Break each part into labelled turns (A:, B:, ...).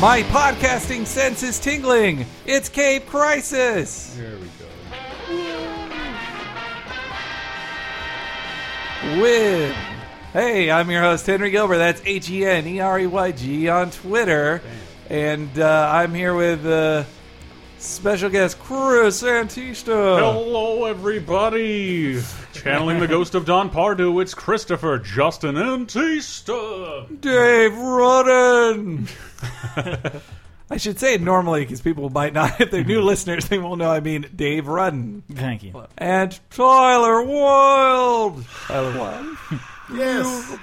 A: My podcasting sense is tingling. It's Cape Crisis.
B: There we go.
A: with. Hey, I'm your host, Henry Gilbert. That's H E N E R E Y G on Twitter. And uh, I'm here with uh, special guest Chris Antista.
C: Hello, everybody! Channeling the ghost of Don Pardew, it's Christopher Justin Antista!
A: Dave Rudden. I should say it normally because people might not, if they're new
B: Mm-hmm.
A: listeners, they won't know I mean Dave Rudden.
D: Thank you.
A: And Tyler Wild. Tyler Wild.
B: Yes.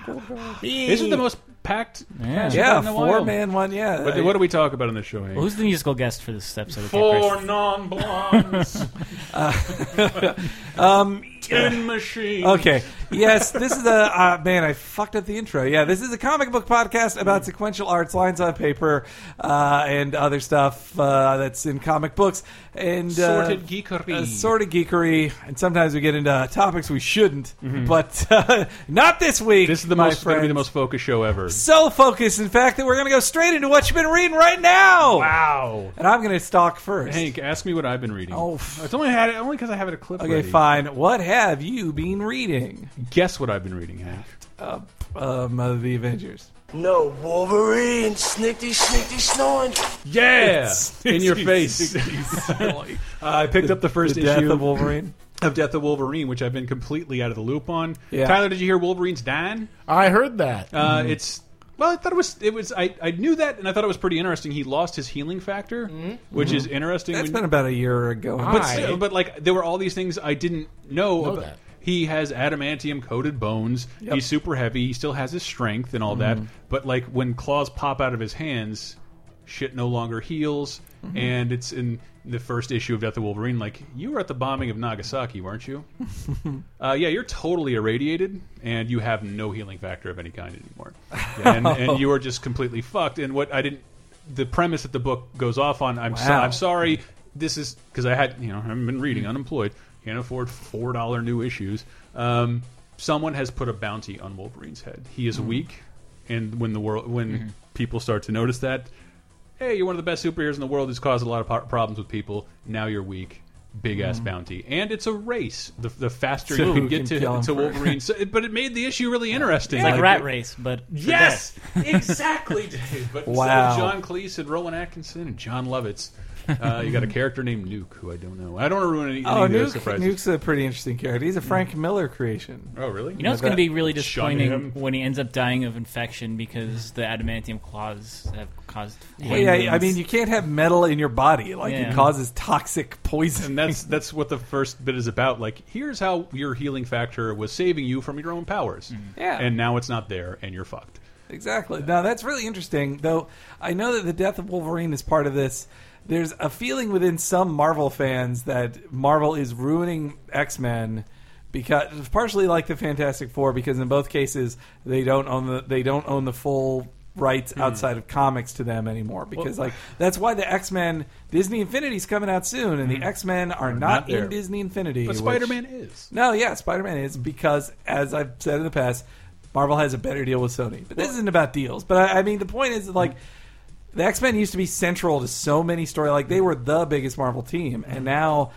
C: This is the most packed
D: Yeah.
C: cast
A: Yeah,
C: in a while.
A: four man, one, yeah.
C: But what do we talk about in the show, Hank?
D: Who's the musical guest for this episode? of Cape
C: Four
D: Crisis?
C: non-blondes, Uh, um, tin machine.
A: Okay. Yes, this is a uh, man. I fucked up the intro. Yeah, this is a comic book podcast
C: Mm.
A: about sequential arts, lines on paper, uh, and other stuff uh, that's in comic books and uh,
C: Sorted geekery.
A: uh, sorted geekery, and sometimes we get into topics we shouldn't, but uh, not this week.
C: Mm-hmm. This is the
A: my
C: most going to be the
A: friends.
C: most focused show ever.
A: so focused, in fact, that we're going to go straight into what you've been reading right now.
C: Wow.
A: And I'm going to stalk first.
C: Hank, ask me what I've been reading.
A: Oh, f-
C: it's only had only because I have it a clip.
A: okay,
C: ready.
A: fine. What have you been reading?
C: Guess what I've been reading, Hank?
A: Um, uh, the Avengers.
E: No, Wolverine, snickety, snickety, snoring.
C: Yeah, in your face.
A: face.
C: I picked up the first
A: the death
C: issue
A: of Wolverine.
C: of Death of Wolverine, which I've been completely out of the loop on.
A: Yeah. Mm-hmm.
C: Tyler, did you hear Wolverine's dying?
B: I heard that.
C: Uh, It's well, I thought it was it was I, I knew that, and I thought it was pretty interesting. He lost his healing factor, which is interesting.
A: Mm-hmm. That's
C: when-
A: been about a year ago.
C: but
A: But
B: Hi.
C: still, but like there were all these things I didn't know. about.
B: that.
C: He has adamantium coated bones. He's super heavy. He still has his strength and all
A: Mm-hmm.
C: that. But like when claws pop out of his hands, shit no longer heals.
A: Mm-hmm.
C: And it's in the first issue of Death of Wolverine. Like you were at the bombing of Nagasaki, weren't you? uh, yeah, you're totally irradiated, and you have no healing factor of any kind anymore. And, and you are just completely fucked. And what I didn't, the premise that the book goes off on, I'm so,
A: Wow.
C: I'm sorry, this is because I had you know I haven't been reading, unemployed, can't afford four dollar new issues. Um, someone has put a bounty on Wolverine's head. He is weak, and when the world when people start to notice that, hey, you're one of the best superheroes in the world who's caused a lot of po- problems with people. Now you're weak. Big ass bounty, and it's a race. The, the faster
A: So
C: you can
A: who
C: get
A: can kill
C: to,
A: him
C: to
A: first?
C: Wolverine, so, but it made the issue really interesting.
D: It's like
C: Like,
D: Rat Race, but for
C: Yes, exactly, Dave. But
A: Wow.
C: instead of John Cleese and Rowan Atkinson and John Lovitz, uh, you got a character named Nuke, who I don't know. I don't want to ruin any, any
A: oh,
C: of those
A: Nuke,
C: surprises.
A: Nuke's a pretty interesting character. He's a Frank Miller creation.
C: Oh, really?
D: You know, it's going to be really
C: Shun him.
D: disappointing when he ends up dying of infection because the adamantium claws have caused.
A: Yeah,
D: hand
A: I
D: wounds.
A: mean, you can't have metal in your body; like it
D: Yeah.
A: causes toxic poison.
C: and that's that's what the first bit is about. Like, here's how your healing factor was saving you from your own powers,
A: Yeah.
C: and now it's not there, and you're fucked.
A: Exactly. Now that's really interesting, though. I know that the death of Wolverine is part of this. There's a feeling within some Marvel fans that Marvel is ruining X Men because partially like the Fantastic Four, because in both cases they don't own the they don't own the full rights
C: Hmm.
A: outside of comics to them anymore. Because like that's why the X Men Disney Infinity's coming out soon, and the X Men are not,
C: Hmm. not there.
A: in Disney Infinity.
C: But
A: which-
C: Spider Man is.
A: no, yeah, Spider Man is because, as I've said in the past, Marvel has a better deal with Sony. But this isn't about deals. But I, I mean, the point is that, like the X Men used to be central to so many story. Like they were the biggest Marvel team, and now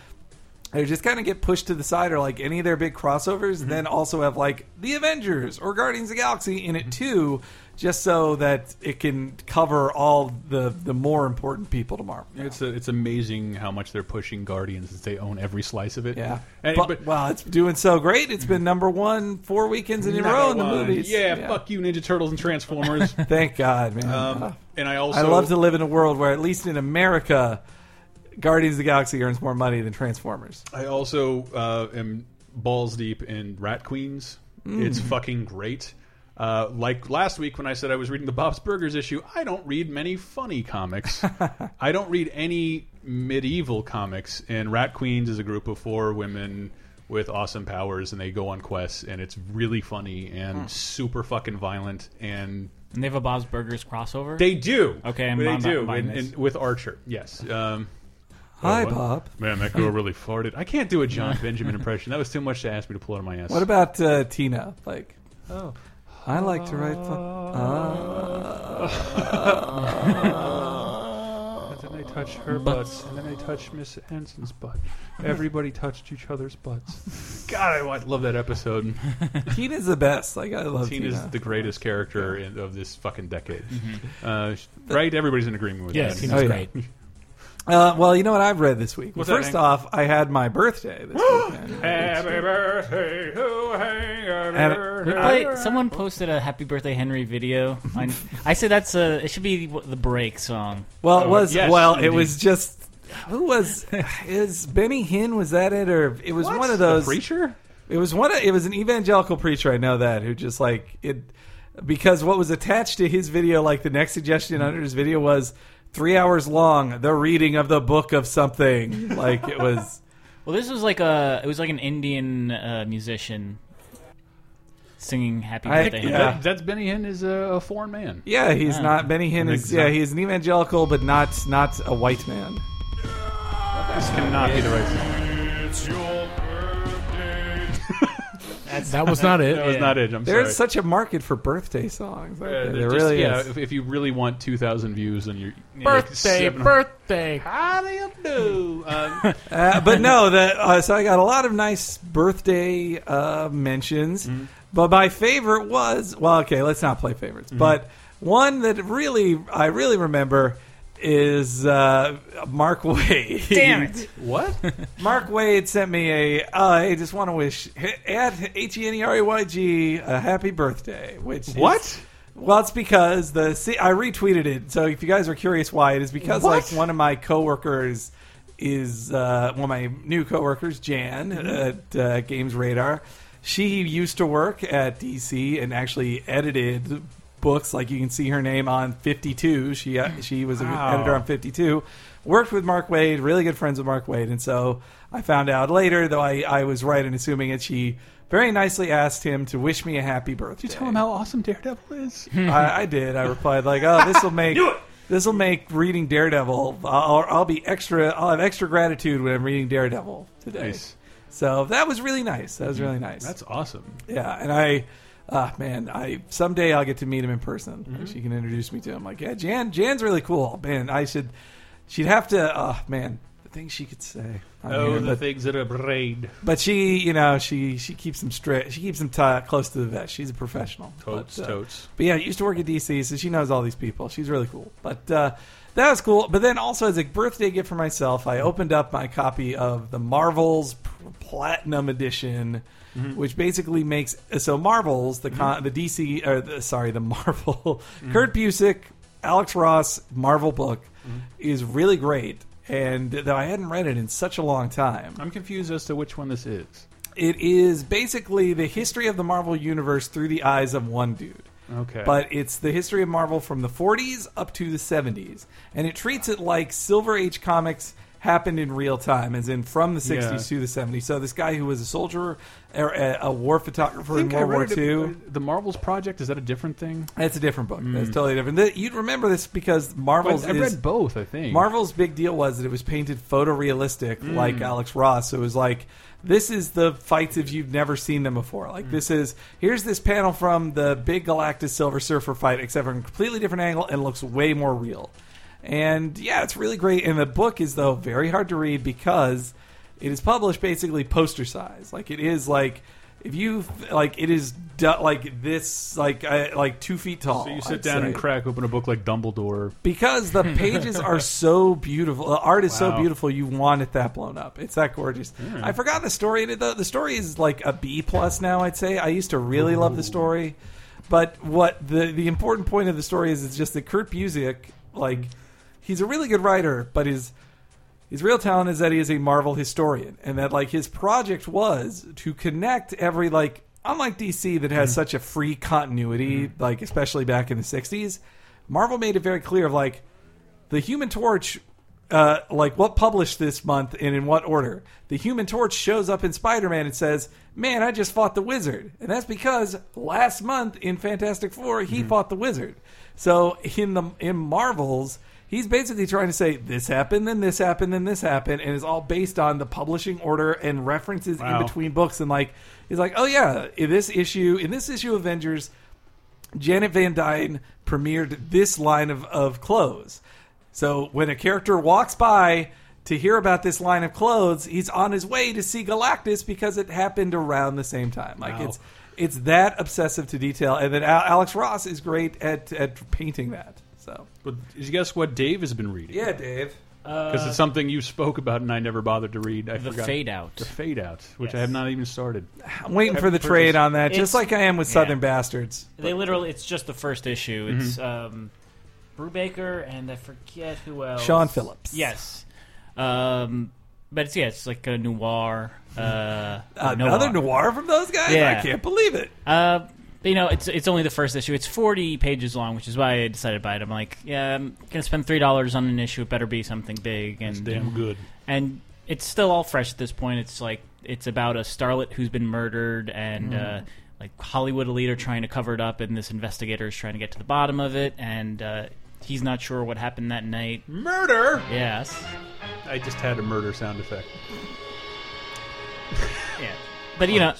A: they just kind of get pushed to the side or like any of their big crossovers and then also have like the avengers or guardians of the galaxy in it too just so that it can cover all the the more important people to marvel
C: It's a, it's amazing how much they're pushing Guardians since they own every slice of it.
A: yeah
C: And-
A: but,
C: but-
A: wow it's doing so great it's been number one four weekends in a row in the
C: Number one.
A: movies
C: Yeah, fuck you, Ninja Turtles and Transformers.
A: Thank God, man. Uh,
C: um, and I also
A: I love to live in a world where, at least in America, Guardians of the Galaxy earns more money than Transformers.
C: I also uh, am balls deep in Rat Queens. It's fucking great. Uh, like last week when I said I was reading the Bob's Burgers issue, I don't read many funny comics. I don't read any medieval comics. And Rat Queens is a group of four women with awesome powers, and they go on quests, and it's really funny and super fucking violent. And
D: and they have a Bob's Burgers crossover.
C: they do.
D: Okay, I'm
C: they
D: buying-
C: do.
D: buying
C: and,
D: this.
C: and with Archer, yes. Um,
A: Hi,
C: what?
A: Bob.
C: Man, that girl really farted. I can't do a John Benjamin impression. That was too much to ask me to pull out of my ass.
A: What about uh, Tina? Like,
C: Oh,
A: oh, I like to write. Fu- uh,
C: touch her butts, and then I touched Miss Henson's butt. Everybody touched each other's butts. God, I wa- love that episode.
A: Tina's the best. Like I love Tina.
C: Tina's the greatest character in, of this fucking decade.
D: Mm-hmm.
C: Uh, sh- right? Everybody's in agreement with
B: Yeah,
C: that.
B: Tina's
A: Oh, yeah.
B: great.
A: Uh, well, you know what I've read this week. Well, first
C: What's that, Hank?
A: off, I had my birthday this weekend.
C: Happy birthday to
A: uh,
D: We
C: Hangover.
D: play, someone posted a Happy Birthday Henry video. I, I say that's a. It should be the break song.
A: Well, it
C: Oh,
A: was
C: yes,
A: well, it
C: indeed.
A: was just who was is Benny Hinn was that it or it was one of those
C: The preacher?
A: It was one. Of, it was an evangelical preacher I know that who just like it because what was attached to his video, like the next suggestion
C: Mm-hmm.
A: under his video was three hours long, the reading of the book of something. Like it was.
D: Well, this was like a. It was like an Indian uh, musician singing Happy
A: I-
D: Birthday.
A: yeah.
D: Henry.
C: That, that's Benny Hinn is a, a foreign man.
A: Yeah, he's not Benny Hinn is. Yeah, he's an evangelical, but not not a white man.
C: This cannot be the right song.
B: That was not it.
C: That was
D: Yeah.
C: not it. I'm
A: There's
C: sorry.
A: such a market for birthday songs. aren't there?
C: Uh, they're
A: there
C: just-
A: really
C: yeah,
A: is.
C: If, if you really want 2,000 views on your
B: Birthday, birthday.
C: How do you do? Um,
A: Uh, but no, the, uh, so I got a lot of nice birthday uh, mentions. But my favorite was well, okay, let's not play favorites. But one that really I really remember is uh, Mark Wade.
D: Damn it!
C: what?
A: Mark Wade sent me a uh, I just want to wish at H E N E R E Y G a happy birthday. Which is-
C: What?
A: well, it's because the see, I retweeted it. So if you guys are curious why, it is because
C: What?
A: like one of my coworkers is uh, one of my new coworkers, Jan
C: Mm-hmm.
A: at uh, Games Radar. She used to work at DC and actually edited books. Like you can see her name on Fifty Two. She uh, she was an
C: Wow.
A: editor on 52 worked with mark wade really good friends with mark wade and so i found out later though i, I was right in assuming it she very nicely asked him to wish me a happy birthday
C: Did you tell him how awesome Daredevil is?
A: I, I did i replied like oh this will make this will make reading daredevil I'll, I'll be extra i'll have extra gratitude when i'm reading daredevil today
C: Nice. Mm-hmm.
A: so that was really nice that was really nice
C: That's awesome.
A: yeah, and I, uh, man, I someday I'll get to meet him in person.
C: Mm-hmm.
A: Like, she can introduce me to him. Like, yeah, Jan, Jan's really cool. Man, I should, she'd have to. Oh man, the things she could say. on
C: Oh,
A: here, but,
C: things that are braid.
A: but she, you know, she she keeps him straight. She keeps him ti close to the vet. She's a professional.
C: Totes,
A: But, uh,
C: totes.
A: but yeah, I used to work at DC, so she knows all these people. She's really cool. But uh, that was cool. But then also as a birthday gift for myself, I opened up my copy of the Marvels P- Platinum Edition, which basically makes so Marvels the con, the DC or the, sorry the Marvel Kurt Busick, Alex Ross Marvel book is really great. And though I hadn't read it in such a long time,
C: I'm confused as to which one this is.
A: it is basically the history of the Marvel universe through the eyes of one dude.
C: Okay.
A: But it's the history of Marvel from the 40s up to the 70s. And it treats it like Silver Age comics happened in real time, as in from the 60s
C: Yeah.
A: to the 70s. So this guy who was a soldier, or a, a war photographer
C: I
A: in
C: think I
A: World War
C: read it- uh,
A: II.
C: the Marvels Project, is that a different thing?
A: That's a different book. That's totally different. Th- You'd remember this because Marvel's
C: Hmm. I, I
A: is-
C: read both, I think.
A: Marvel's big deal was that it was painted photorealistic,
C: Hmm.
A: like Alex Ross. So it was like, this is the fights if you've never seen them before.
C: Hmm.
A: Like this is here's this panel from the big Galactus Silver Surfer fight, except from a completely different angle and looks way more real. And yeah, it's really great. And the book is though very hard to read because it is published basically poster size. Like it is like. If you like, it is du- like this, like I, like two feet tall.
C: So you sit
A: I'd
C: down and
A: say
C: crack open a book like Dumbledore.
A: because the pages are so beautiful. The art is so
C: Wow.
A: beautiful. You want it that blown up. It's that gorgeous. I forgot the story. in it, though. The story is like a B plus now. I'd say I used to really love the story, but what the the important point of the story is is just that Kurt Busiek, like, he's a really good writer, but his his real talent is that he is a Marvel historian, and that like his project was to connect every like unlike DC that has such a free continuity, like especially back in the '60s, Marvel made it very clear of like the Human Torch, uh, like what published this month and in what order. The Human Torch shows up in Spider Man and says, "Man, I just fought the Wizard," and that's because last month in Fantastic Four he fought the Wizard. So in the in Marvels, he's basically trying to say this happened, then this happened, then this happened, and it's all based on the publishing order and references
C: Wow.
A: in between books. And like he's like, "Oh yeah, in this issue, in this issue, Avengers." Janet Van Dyne premiered this line of, of clothes. So when a character walks by to hear about this line of clothes, he's on his way to see Galactus because it happened around the same time. Like
C: Wow.
A: it's it's that obsessive to detail, and then Al- Alex Ross is great at at painting that. So
C: But did you guess what Dave has been reading?
A: yeah, Dave.
C: because it's something you spoke about and I never bothered to read. I
D: The
C: forgot.
D: Fade Out.
C: The fade out, which I
F: Yes.
C: have not even started.
A: I'm waiting for the
C: purchased-
A: trade on that,
F: It's-
A: just like I am with
D: yeah.
A: Southern Bastards.
F: They literally, it's just the first issue. It's um, Brubaker and I forget who else.
A: Sean Phillips.
D: Yes. Um, but it's, yeah, it's like a noir. Uh,
A: Another noir from those guys?
D: Yeah.
A: I can't believe it.
D: Uh, but, you know, it's it's only the first issue. It's forty pages long, which is why I decided to buy it. I'm like, yeah, I'm gonna spend three dollars on an issue. It better be something big, and
C: Damn good.
D: and it's still all fresh at this point. It's like it's about a starlet who's been murdered, and uh, like Hollywood elite are trying to cover it up, and this investigator is trying to get to the bottom of it, and uh, he's not sure what happened that night.
C: Murder.
D: Yes.
C: I just had a murder sound effect.
D: Yeah. But you know,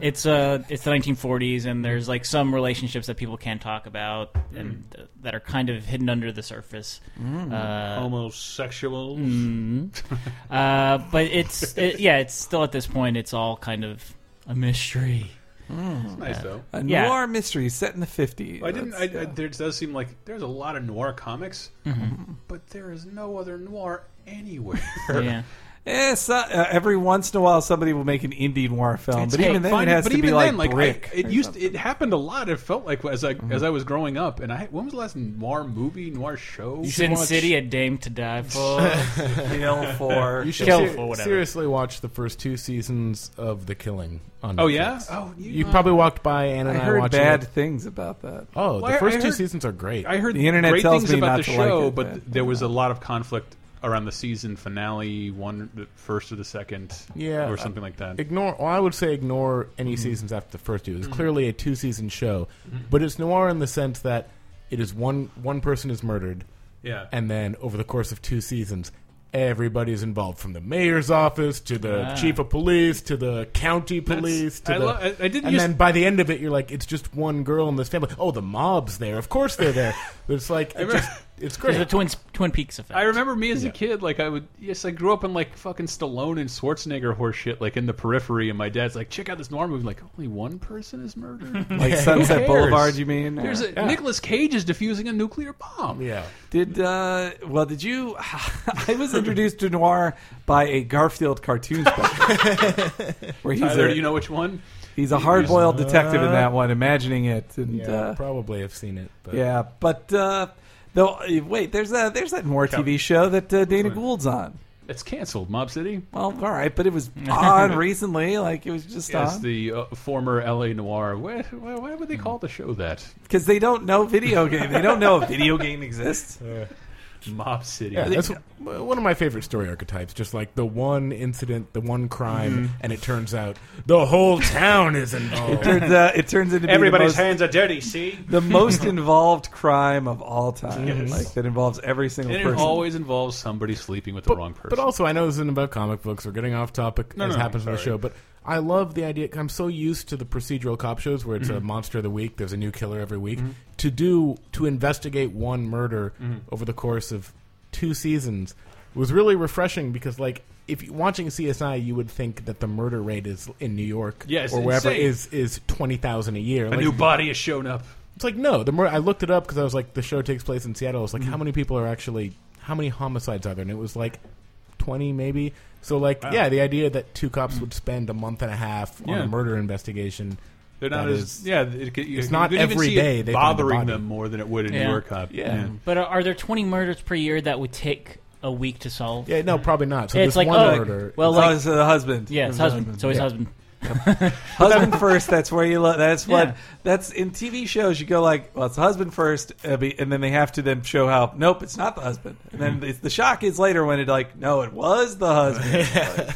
D: it's uh, it's the 1940s, and there's like some relationships that people can't talk about, and uh, that are kind of hidden under the surface. Uh, mm.
C: Homosexuals.
D: Oh.
A: Mm.
D: uh, but it's it, yeah, it's still at this point, it's all kind of a mystery.
C: It's nice though.
A: A
D: Yeah.
A: noir mystery set in the 50s.
C: I didn't. I,
A: That's,
C: I,
A: uh,
C: there does seem like there's a lot of noir comics,
A: Mm-hmm.
C: but there is no other noir anywhere.
D: Yeah.
A: eh, so- uh, every once in a while, somebody will make an indie noir film, but even then,
C: Fine,
A: it has
C: but
A: to
C: even
A: be like
C: then, like
A: brick. Mm-hmm.
C: I, it used. It happened a lot. It felt like as I as I was growing up, and I when was the last noir movie, noir show?
D: Sin
B: watch-
D: City, a dame to die for.
A: Hill for
B: You should
D: Kill
B: se-
D: or whatever.
B: seriously watch the first two seasons of The Killing. On
C: Oh
B: Netflix.
C: yeah. Oh,
B: You probably walked by Anna
A: I
B: and I
A: heard
B: watching
A: bad
B: it.
A: things about that.
B: Oh,
C: Well, I-
B: the first
C: I
B: two
C: heard-
B: seasons are great.
C: I heard
A: The internet
C: great
A: tells
C: things
A: me not
C: about the
A: to like
C: show,
A: it,
C: but
A: but-
C: there was a lot of conflict around the season finale, one the first or the second,
B: Yeah,
C: or something like that.
B: ignore. Well, I would say ignore any
C: Mm-hmm.
B: seasons after the first two. It's clearly a two-season show, but it's noir in the sense that it is one one person is murdered,
C: yeah,
B: and then over the course of two seasons, everybody's involved from the mayor's office to the chief of police to the county police to
C: I
B: the.
C: lo- I- I didn't
B: and
C: use-
B: then by the end of it, you're like, it's just one girl in this family. Oh, the mob's there. Of course they're there. But it's like it
C: remember-
B: just, it's
D: There's the
B: great.
D: Twin Twin Peaks effect.
C: I remember me as
B: Yeah.
C: a kid, like I would. Yes, I grew up in like fucking Stallone and Schwarzenegger horse shit, like in the periphery. And my dad's like, "Check out this noir movie." Like only one person is murdered.
A: Like Sunset
C: cares?
A: Boulevard, you mean? Uh,
C: There's a,
A: Or-
C: Nicolas Cage is defusing a nuclear bomb.
B: Yeah.
A: Did uh, well? Did you? I was introduced to noir by a Garfield cartoon special, where he's
C: Tyler,
A: a,
C: do you know which one?
A: he's a hard-boiled detective in that one, imagining it. And
B: Yeah,
A: uh,
B: probably have seen it. But.
A: Yeah, but uh, though, uh, wait, there's a there's that more TV show that uh, Dana Gould's on.
C: It's canceled. Mob City.
A: Well, all right, but it was on recently. Like it was just
C: Yes,
A: on
C: the uh, former L.A. noir. Why, why, why would they call the show that?
A: because they don't know video game. They don't know a video game exists.
C: Mob City.
B: Yeah, that's w- one of my favorite story archetypes. Just like the one incident, the one crime, and it turns out the whole town is involved.
A: Turns out, it turns into be the most,
C: hands are dirty. See,
A: the most involved crime of all time. Like that involves every single
C: and it
A: person.
C: always involves somebody sleeping with the wrong person.
B: but also, I know this isn't about comic books. We're getting off topic, as
C: no,
B: happens on the
C: sorry.
B: show. But I love the idea. I'm so used to the procedural cop shows where it's a
C: Mm-hmm.
B: monster of the week. There's a new killer every week. To do to investigate one murder
C: Mm-hmm.
B: over the course of two seasons was really refreshing because, like, if you watching CSI, you would think that the murder rate is in New York
C: Yeah, it's
B: or wherever
C: insane.
B: is is twenty thousand a year.
C: a
B: Like,
C: new body has shown up.
B: It's like no. The more I looked it up because I was like, the show takes place in Seattle. I was like,
C: Mm-hmm.
B: how many people are actually? How many homicides are there? And it was like twenty, maybe. So like, yeah, the idea that two cops would spend a month and a half on
C: Yeah.
B: a murder investigation.
C: They're not
B: That
C: as
B: is-
C: yeah. It, it,
B: it's not
C: you could even
B: every
C: see it
B: day they find the
C: bothering
B: body.
C: them more than it would in Mm-hmm.
D: Yeah.
C: New York. Cop.
B: Yeah.
D: But are, are there 20 murders per year that would take a week to solve?
B: Yeah, no, probably not. So
D: It's
B: this
D: like,
B: one
D: oh,
B: murder.
D: well,
A: So
D: like,
A: it's the husband.
D: yeah, it's husband. It's always
B: Yeah.
D: husband.
A: husband first. That's where you look. That's what.
D: Yeah.
A: That's in TV shows. You go like, well, it's husband first, uh, be- and then they have to then show how. Nope, it's not the husband. And then it's, the shock is later when it like, no, it was the husband.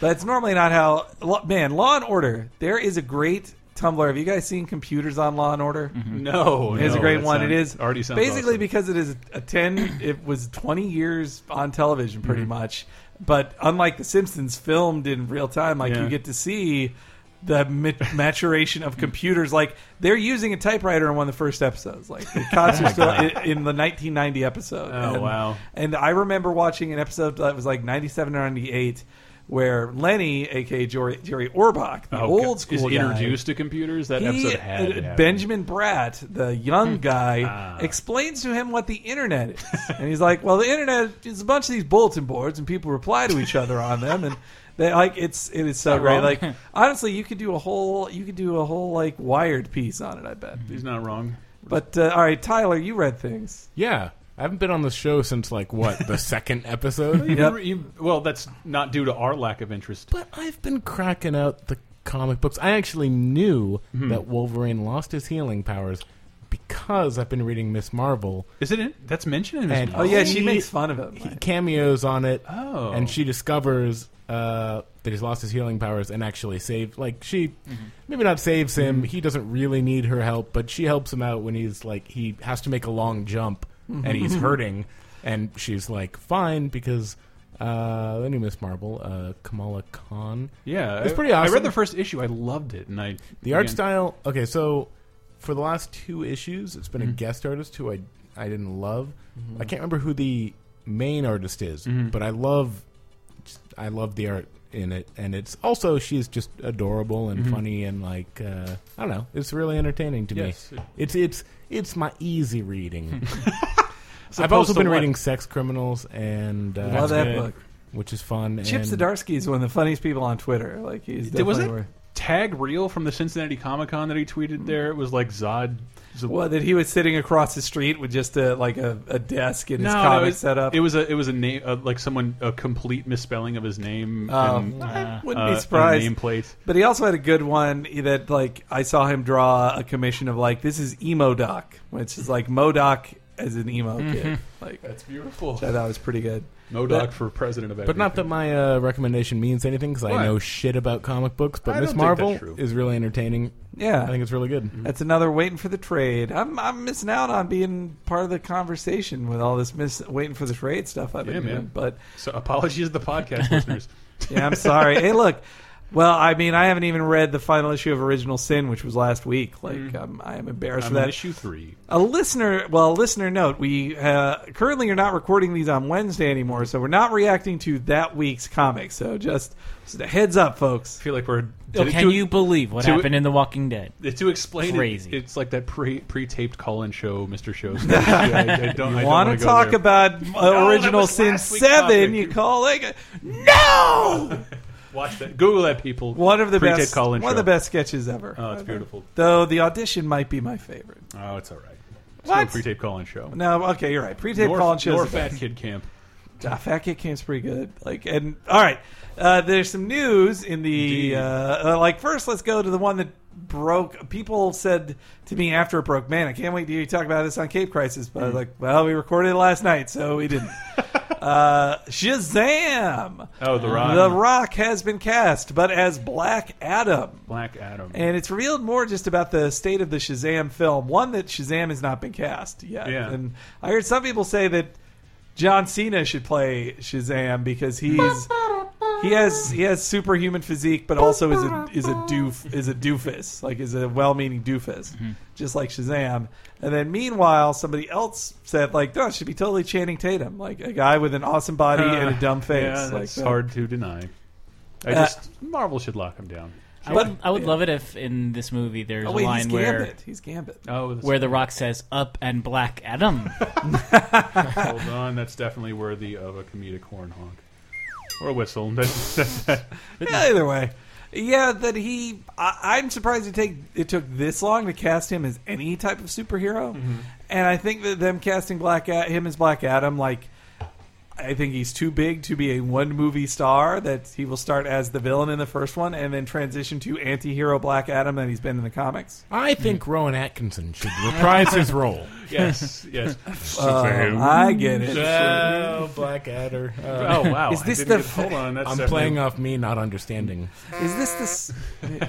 A: that's normally not how. lo- Man, Law and Order. There is a great Tumblr. Have you guys seen computers on Law and Order?
C: Mm-hmm. No,
A: It is a
C: no,
A: great
C: that
A: one.
C: sounds-
A: it is
C: already sounds
A: basically
C: awesome.
A: because it is a ten. It was twenty years on television,
C: Mm-hmm.
A: pretty much. But unlike The Simpsons, filmed in real time, like
C: Yeah.
A: you get to see the mat- maturation of computers. Like they're using a typewriter in one of the first episodes. Like the cops are still in, in the 1990 episode.
C: Oh,
A: And-
C: wow.
A: And I remember watching an episode that was like 97 or 98. Where Lenny, aka Jerry, Jerry Orbach, the
C: Oh,
A: old
C: God.
A: school
C: is
A: guy,
C: introduced to computers. That
A: he,
C: episode had Hmm. Ah. to
A: uh,
C: happen.
A: Benjamin Bratt, the young guy, explains to him what the internet is, and he's like, "Well, the internet is a bunch of these bulletin boards, and people reply to each other on them, and they like it's it is so great.
C: wrong?
A: Like honestly, you could do a whole you could do a whole like Wired piece on it, I bet.
C: He's not wrong.
A: But uh, all right, Tyler, you read things.
B: Yeah. I haven't been on the show since like what the second episode,
A: Yep.
C: You- well, that's not due to our lack of interest.
B: but I've been cracking out the comic books. I actually knew
C: Mm-hmm.
B: that Wolverine lost his healing powers because I've been reading Miss Marvel.
C: Is it? In, that's mentioned in his.
B: And-
A: Oh yeah, she
B: He-
A: makes fun of him.
B: He cameos on it,
C: Oh.
B: and she discovers uh, that he's lost his healing powers and actually saves. Like she, maybe not saves him. He doesn't really need her help, but she helps him out when he's like he has to make a long jump and he's hurting, and she's like fine because. Uh, the new Miss Marvel, uh, Kamala Khan.
C: yeah,
B: it's
C: I-
B: pretty
C: I
B: awesome.
C: read the first issue. I loved it, and I
B: The art
C: again,
B: style. Okay, so for the last two issues, it's
C: Mm-hmm.
B: been a guest artist who I I didn't love. I can't remember who the main artist is,
C: Mm-hmm.
B: but I love I love the art in it, and it's also she's just adorable
C: Mm-hmm.
B: and funny and like uh, I don't know, it's really entertaining to
C: Yes.
B: me. It's it's it's my easy reading. I've
C: Supposed
B: also
C: to
B: been
C: what?
B: reading Sex Criminals and uh,
A: Love that
D: good.
A: book.
B: which is fun.
A: Chip
B: and
A: Zdarsky is one of the funniest people on Twitter. Like he's
C: Did- was
A: definitely
C: it
A: worth-
C: tag reel from the Cincinnati Comic Con that he tweeted there? It was like Zod. Z-
A: Well, that he was sitting across the street with just a like a, a desk and his
C: no,
A: comic
C: it was,
A: setup.
C: It was a it was a name uh, like someone a complete misspelling of his name.
A: Um,
C: and,
A: I
C: uh,
A: wouldn't
C: and
A: be
C: a
A: surprised.
C: Nameplate.
A: But he also had a good one that, like, I saw him draw a commission of like, this is emo doc, which is like Modoc as an emo
C: Mm-hmm.
A: kid. Like,
C: That's beautiful.
A: I thought was pretty good.
C: Modoc for president of.
B: But not that
C: everything.
B: my uh, recommendation means anything because
C: Why?
B: I know shit about comic books.
C: I
B: But
C: don't
B: Miss
C: think that's
B: Marvel
C: true. Mm-hmm.
B: is really entertaining.
A: Yeah,
B: I think it's really good.
A: that's another waiting for the trade. I'm I'm missing out on being part of the conversation with all this miss waiting for the trade stuff I've been
C: Yeah, man.
A: doing. But
C: So apologies to the podcast listeners.
A: yeah, I'm sorry. hey, look. Well, I mean, I haven't even read the final issue of Original Sin, which was last week. Like, um, I am embarrassed
C: Mm. I'm
A: for
C: on
A: that.
C: issue three.
A: A listener, well, a listener note: we uh, currently are not recording these on Wednesday anymore, so we're not reacting to that week's comic. So just, just a heads up, folks.
C: I feel like we're. to-
D: Oh, Can
C: to-
D: you believe what
C: to-
D: happened in The Walking Dead?
C: To explain
D: Crazy.
C: it, it's like that pre pre taped call in show, Mister Shows. I, I don't I don't wanna
A: Want to
C: go
A: talk
C: there.
A: about uh,
C: that
A: Original
C: was
A: Sin
C: last week's
A: Seven?
C: topic.
A: You call like no
C: watch that? Google that, people.
A: one of the
C: pre-taped
A: best,
C: call
A: one
C: in
A: of the best sketches ever.
C: Oh, it's beautiful.
A: Though the audition might be my favorite.
C: Oh, it's all right. It's
A: What?
C: pre taped call in show.
A: No, okay, you're right. Pre-tape
C: Nor,
A: call and shows.
C: nor
A: are best.
C: Fat Kid Camp.
A: Ah, Fat Kid Camp's pretty good. Like, and all right, uh, there's some news in the uh, uh, like. First, let's go to the one that broke. People said to me after it broke, "Man, I can't wait to hear you talk about this on Cape Crisis." But I was like, "Well, we recorded it last night, so we didn't." uh, Shazam!
C: Oh, The Rock.
A: The Rock has been cast, but as Black Adam.
C: Black Adam.
A: And it's revealed more just about the state of the Shazam film. One that Shazam has not been cast yet.
C: Yeah.
A: And I heard some people say that John Cena should play Shazam because he's he has he has superhuman physique, but also is a is a doof is a doofus like is a well-meaning doofus,
C: Mm-hmm.
A: just like Shazam. And then meanwhile, somebody else said like, "No, it should be totally Channing Tatum, like a guy with an awesome body and a dumb face."
C: Uh, Yeah,
A: like
C: that's
A: that.
C: hard to deny. I
A: Uh,
C: just Marvel should lock him down.
D: I would, I would love it if in this movie there's
A: Oh
D: a
A: wait, he's
D: line
A: Gambit.
D: where
A: he's Gambit.
C: Oh, that's,
D: where The Rock says "Up and Black Adam."
C: hold on. That's definitely worthy of a comedic horn honk or a whistle. That's, that's,
A: Yeah, either way. Yeah, that he. I, I'm surprised it take it took this long to cast him as any type of superhero,
C: Mm-hmm.
A: and I think that them casting Black at him as Black Adam, like, I think he's too big to be a one movie star. That he will start as the villain in the first one, and then transition to anti-hero Black Adam that he's been in the comics.
B: I think Rowan Atkinson should reprise his role.
C: yes, yes.
A: Um, I get it.
B: Oh, Blackadder. Uh,
C: Oh wow!
A: Is
C: I
A: this
C: didn't
A: the
C: get-
A: f-
C: hold on? That's
B: I'm
C: definitely-
B: playing off me not understanding.
A: Is this this?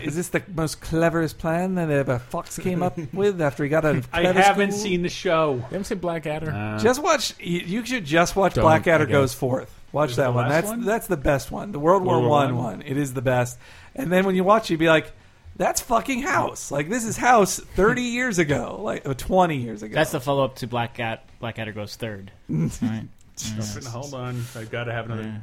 A: is this the most cleverest plan that ever Fox came up with after he got out of?
C: I
A: clever
C: haven't
A: school?
C: seen the show.
B: You haven't seen Blackadder?
A: Just watch. You, you should just watch
B: Don't,
A: Blackadder
B: I
A: Uh,
B: guess.
A: Goes Forth. Watch
C: Is
A: that
C: the
A: one.
C: last
A: That's
C: one?
A: that's the best one. The World War
C: World War
A: One
C: One?
A: one. It is the best. And then when you watch, it, you'd be like, That's fucking House. Like this is House thirty years ago, like uh, twenty years ago.
D: That's the follow up to Black Cat. Blackadder goes third. Right.
A: Mm.
C: Hold on, I've got to have another.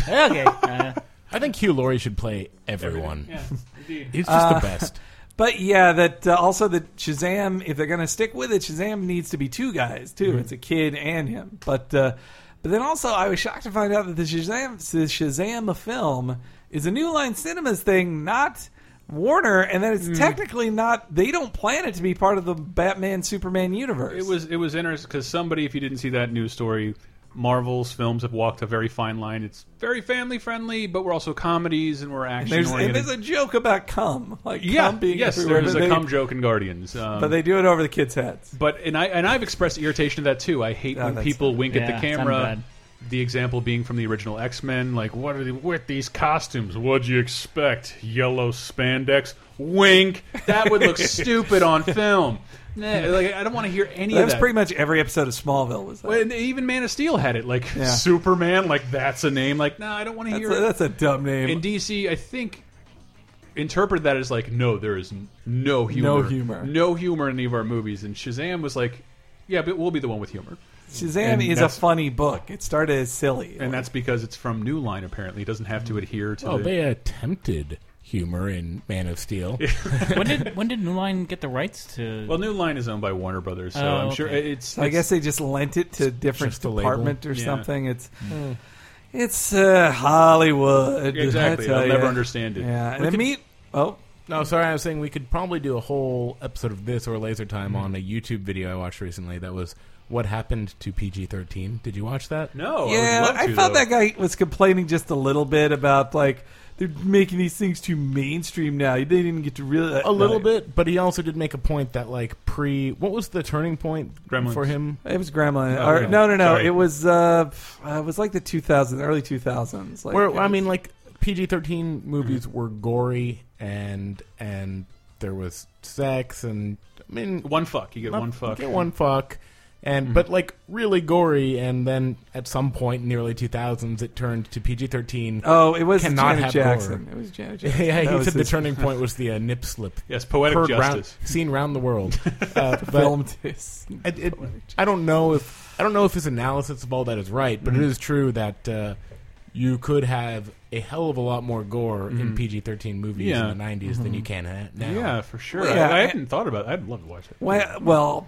D: okay. Uh,
B: I think Hugh Laurie should play everyone.
C: Yeah, indeed.
B: He's just the best.
A: But yeah, that uh, also that Shazam. If they're gonna stick with it, Shazam needs to be two guys too.
C: Mm-hmm.
A: It's a kid and him. But uh, but then also, I was shocked to find out that the Shazam the Shazam film is a New Line Cinemas thing, not Warner, and that
C: Mm.
A: it's technically not. They don't plan it to be part of the Batman Superman universe.
C: It was it was interesting because somebody, if you didn't see that news story, Marvel's films have walked a very fine line. It's very family friendly, but we're also comedies and we're action
A: There's, and
C: oriented.
A: there's a joke about cum, like
C: yeah,
A: cum being
C: yes,
A: everywhere,
C: there's
A: but
C: a
A: they-
C: cum joke in Guardians. Um,
A: but they do it over the kids' heads.
C: But and I and I've expressed irritation to that too. I hate
A: Oh,
C: when
A: that's
C: people wink at the
D: Yeah, it's
C: camera.
D: bad.
C: The example being from the original X Men, like what are the, with these costumes? What'd you expect? Yellow spandex, wink. That would look stupid on film. Nah, like I don't want to hear any
A: That
C: of
A: was
C: that.
A: pretty much every episode of Smallville was that.
C: Well, and even Man of Steel had it, like
A: Yeah.
C: Superman, like that's a name. Like no, I don't want to
A: that's,
C: hear
A: a, that's a dumb name.
C: and DC, I think, interpreted that as like, no, there is n- no
A: No
C: humor,
A: humor.
C: no humor in any of our movies. And Shazam was like, yeah, but we'll be the one with humor,
A: Shazam
C: and
A: is a
C: that's-
A: funny book. It started as silly,
C: and that's because it's from New Line. Apparently, it doesn't have to adhere to.
B: Oh,
C: the,
B: they attempted humor in Man of Steel.
D: when did when did New Line get the rights to?
C: well, New Line is owned by Warner Brothers, so
D: Oh,
C: I'm sure
D: okay.
C: it's.
A: I
C: it's-
A: guess they just lent it to different
B: just a label.
A: department or
C: Yeah.
A: something. It's
B: Hmm.
A: it's uh, Hollywood.
C: exactly.
A: I tell
C: I'll never
A: ya.
C: understand it.
A: Yeah, and then meet. Oh,
B: No, sorry, I was saying we could probably do a whole episode of this or Laser Time
C: Mm-hmm.
B: on a YouTube video I watched recently that was what happened to PG 13. Did you watch that?
C: No, Oh, I, would
A: yeah.
C: love
A: I,
C: to,
A: felt
C: though.
A: that guy was complaining just a little bit about like they're making these things too mainstream now. They didn't get to really
B: A little bit, but he also did make a point that, like, pre. What was the turning point
C: Gremlins.
B: for him?
A: It was Gremlin.
C: Oh,
A: or,
C: yeah.
A: No, no, no.
C: Sorry.
A: It was uh, pff, uh, it was like the 2000s, early 2000s. Like,
B: Where, I mean, like, PG 13 movies
C: Mm-hmm.
B: were gory and and there was sex and. I mean,
C: one fuck. You get
B: Not-
C: one fuck. Mm-hmm.
B: Get one fuck. And but like really gory, and then at some point in the early 2000s, it turned to PG-13.
A: oh, it was
B: Cannot
A: Janet
B: have
A: Jackson. It was Janet Jackson.
B: yeah,
A: That
B: he
A: was
B: said the
A: his
B: turning point was the uh, nip slip.
C: Yes, poetic
B: Heard round-
C: justice.
B: seen round the world. Uh, but
A: filmed this.
B: it- it- I don't know if I don't know if his analysis of all that is right, but it is true that uh, you could have a hell of a lot more gore in PG-13 movies
C: Yeah.
B: in the 90s than you can ha- now.
C: Yeah, for sure.
A: Well, yeah,
C: I, I
A: I-
C: hadn't thought about. it. I'd love to watch it.
A: Well, well,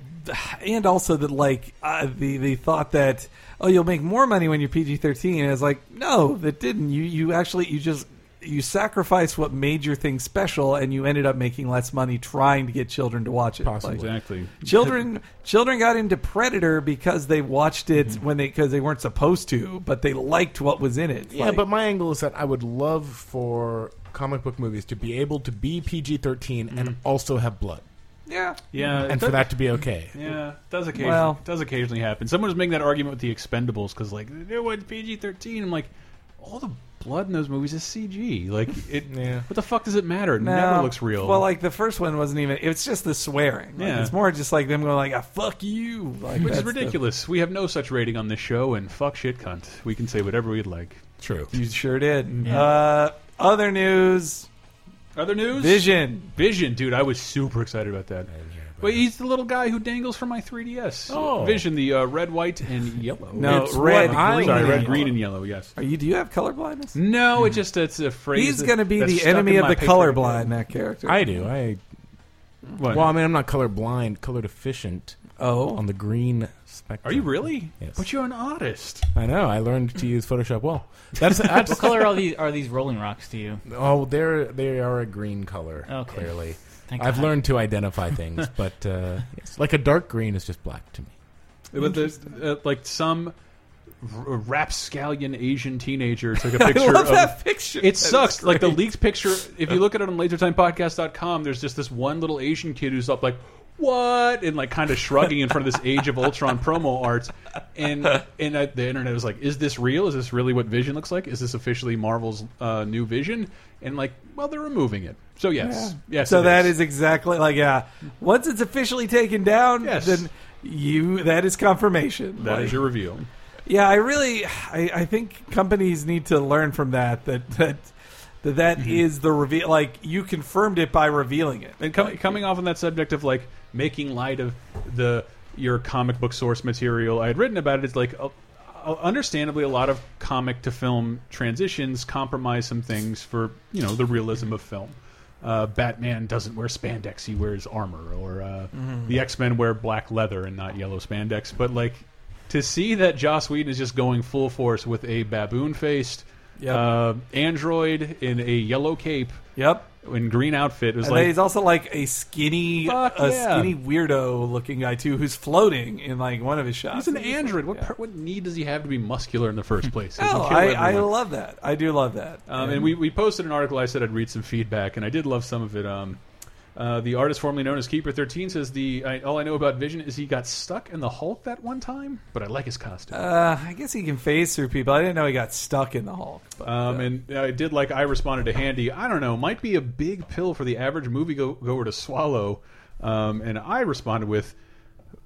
A: and also that like uh, the the thought that oh you'll make more money when you're PG thirteen. It's like no, that didn't. You you actually you just you sacrificed what made your thing special, and you ended up making less money trying to get children to watch it.
B: Possibly.
A: Like,
C: Exactly.
A: Children, children got into Predator because they watched it
B: Mm-hmm.
A: when they because they weren't supposed to, but they liked what was in it.
B: Yeah,
A: Like,
B: but my angle is that I would love for comic book movies to be able to be PG 13 and also have blood.
A: yeah,
C: Yeah,
B: And for that to be okay.
C: Yeah, does occasionally
A: Well-
C: does occasionally happen. Someone was making that argument with the Expendables because like there was PG thirteen. I'm like, all the blood in those movies is CG. Like it,
B: Yeah.
C: what the fuck does it matter? It
A: No.
C: never looks real.
A: Well, like the first one wasn't even. It's just the swearing. Like,
C: Yeah.
A: it's more just like them going like, "Ah, "Fuck you," like,
C: which
A: that's
C: is
A: the-
C: ridiculous. We have no such rating on this show, and fuck shit, cunt. We can say whatever we'd like.
B: True.
A: you sure did. Uh, other news:
C: Other news,
A: Vision.
C: Vision, dude, I was super excited about that. But he's the little guy who dangles from my 3DS.
B: Oh.
C: Vision, the uh, red, white, and yellow.
A: No,
B: It's
A: red.
B: what I
A: green.
C: sorry, red,
B: yellow.
C: green, and yellow. Yes.
A: Are you? Do you have colorblindness?
C: No, it just it's a phrase.
A: He's
C: that-
A: going to be
C: that's
A: the
C: stuck
A: enemy of
C: in my
A: the
C: patriarchal-
A: colorblind. That character.
B: I do. I
C: What?
B: Well, I mean, I'm not color blind, color deficient
A: oh,
B: on the green spectrum.
C: Are you really?
B: Yes.
C: But you're an artist.
B: I know. I learned to use Photoshop well. That's, that's
D: what color are these are these Rolling Rocks to you?
B: oh, they're they are a green color.
D: Okay.
B: Clearly,
D: Thank
B: I've
D: God.
B: learned to identify things, but uh, yes. like a dark green is just black to me.
C: But there's uh, like some r- rapscallion Asian teenager took a picture
A: love
C: of.
A: that picture.
C: It sucks. Like the leaked picture. If you look at it on LaserTimePodcast.com, there's just this one little Asian kid who's up like, "What?" and like kind of shrugging in front of this Age of Ultron promo art, and and I, the internet was like, "Is this real? Is this really what Vision looks like? Is this officially Marvel's uh, new Vision?" And like, well, they're removing it. So yes, yes.
A: So
C: it
A: that is. exactly like yeah. Once it's officially taken down,
C: Yes.
A: then you that is confirmation.
C: that
A: Like,
C: is your reveal.
A: Yeah, I really, I, I think companies need to learn from that. That that that that is the reveal. Like you confirmed it by revealing it.
C: And com- coming off on that subject of like making light of the your comic book source material, I had written about it. It's like, uh, uh, understandably, a lot of comic to film transitions compromise some things for you know the realism of film. Uh, Batman doesn't wear spandex; he wears armor. Or uh,
A: Mm-hmm.
C: the X Men wear black leather and not yellow spandex. But like to see that Joss Whedon is just going full force with a baboon faced.
A: Yep.
C: Uh, android in a yellow cape
A: Yep.
C: in green outfit. It was
A: And
C: like
A: then he's also like a skinny,
C: Fuck
A: a
C: yeah.
A: skinny weirdo looking guy too, who's floating in like one of his shots.
C: He's an android. What per- what need does he have to be muscular in the first place? He can
A: No,
C: kill
A: I, I
C: everyone.
A: love that. I do love that.
C: Oh, Um, and we, we posted an article. I said I'd read some feedback, and I did love some of it. Um, uh, the artist formerly known as Keeper Thirteen says the I, all I know about Vision is he got stuck in the Hulk that one time, but I like his costume.
A: uh, I guess he can phase through people. I didn't know he got stuck in the Hulk. But,
C: um, and I did like I responded to Handy. I don't know, might be a big pill for the average moviegoer goer to swallow. Um, and I responded with,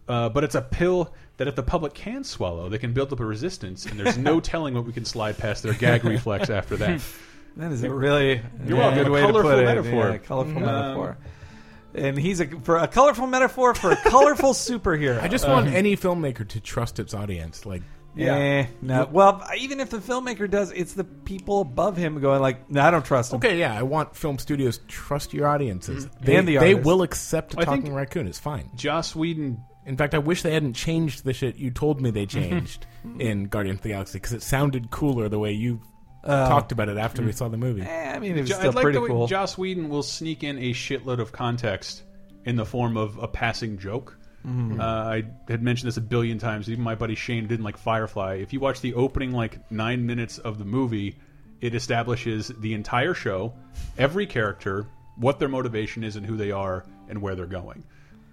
C: uh, but it's a pill that if the public can swallow, they can build up a resistance, and there's no telling what we can slide past their gag reflex after that.
A: that is a really yeah,
C: You're welcome.
A: good
C: A
A: way
C: colorful
A: to put
C: metaphor.
A: It. Yeah, colorful metaphor. And he's a for a colorful metaphor for a colorful superhero.
B: I just want any filmmaker to trust its audience. Like,
A: yeah.
C: Eh,
A: no. Well, even if the filmmaker does, it's the people above him going like, "No, I don't trust him."
B: okay, yeah, I want film studios to trust your audiences. They,
A: And the
B: they
A: artists.
B: will accept a
C: I think-
B: talking raccoon. It's fine.
C: Joss Whedon
B: In fact, I wish they hadn't changed the shit you told me they changed in Guardians of the Galaxy because it sounded cooler the way you talked about it after we saw the movie.
A: Eh, I mean, it was
C: Jo-
A: still
C: I like
A: pretty
C: the way
A: cool.
C: Joss Whedon will sneak in a shitload of context in the form of a passing joke.
A: Mm-hmm.
C: Uh, I had mentioned this a billion times. Even my buddy Shane didn't like Firefly. If you watch the opening like nine minutes of the movie, it establishes the entire show, every character, what their motivation is, and who they are, and where they're going.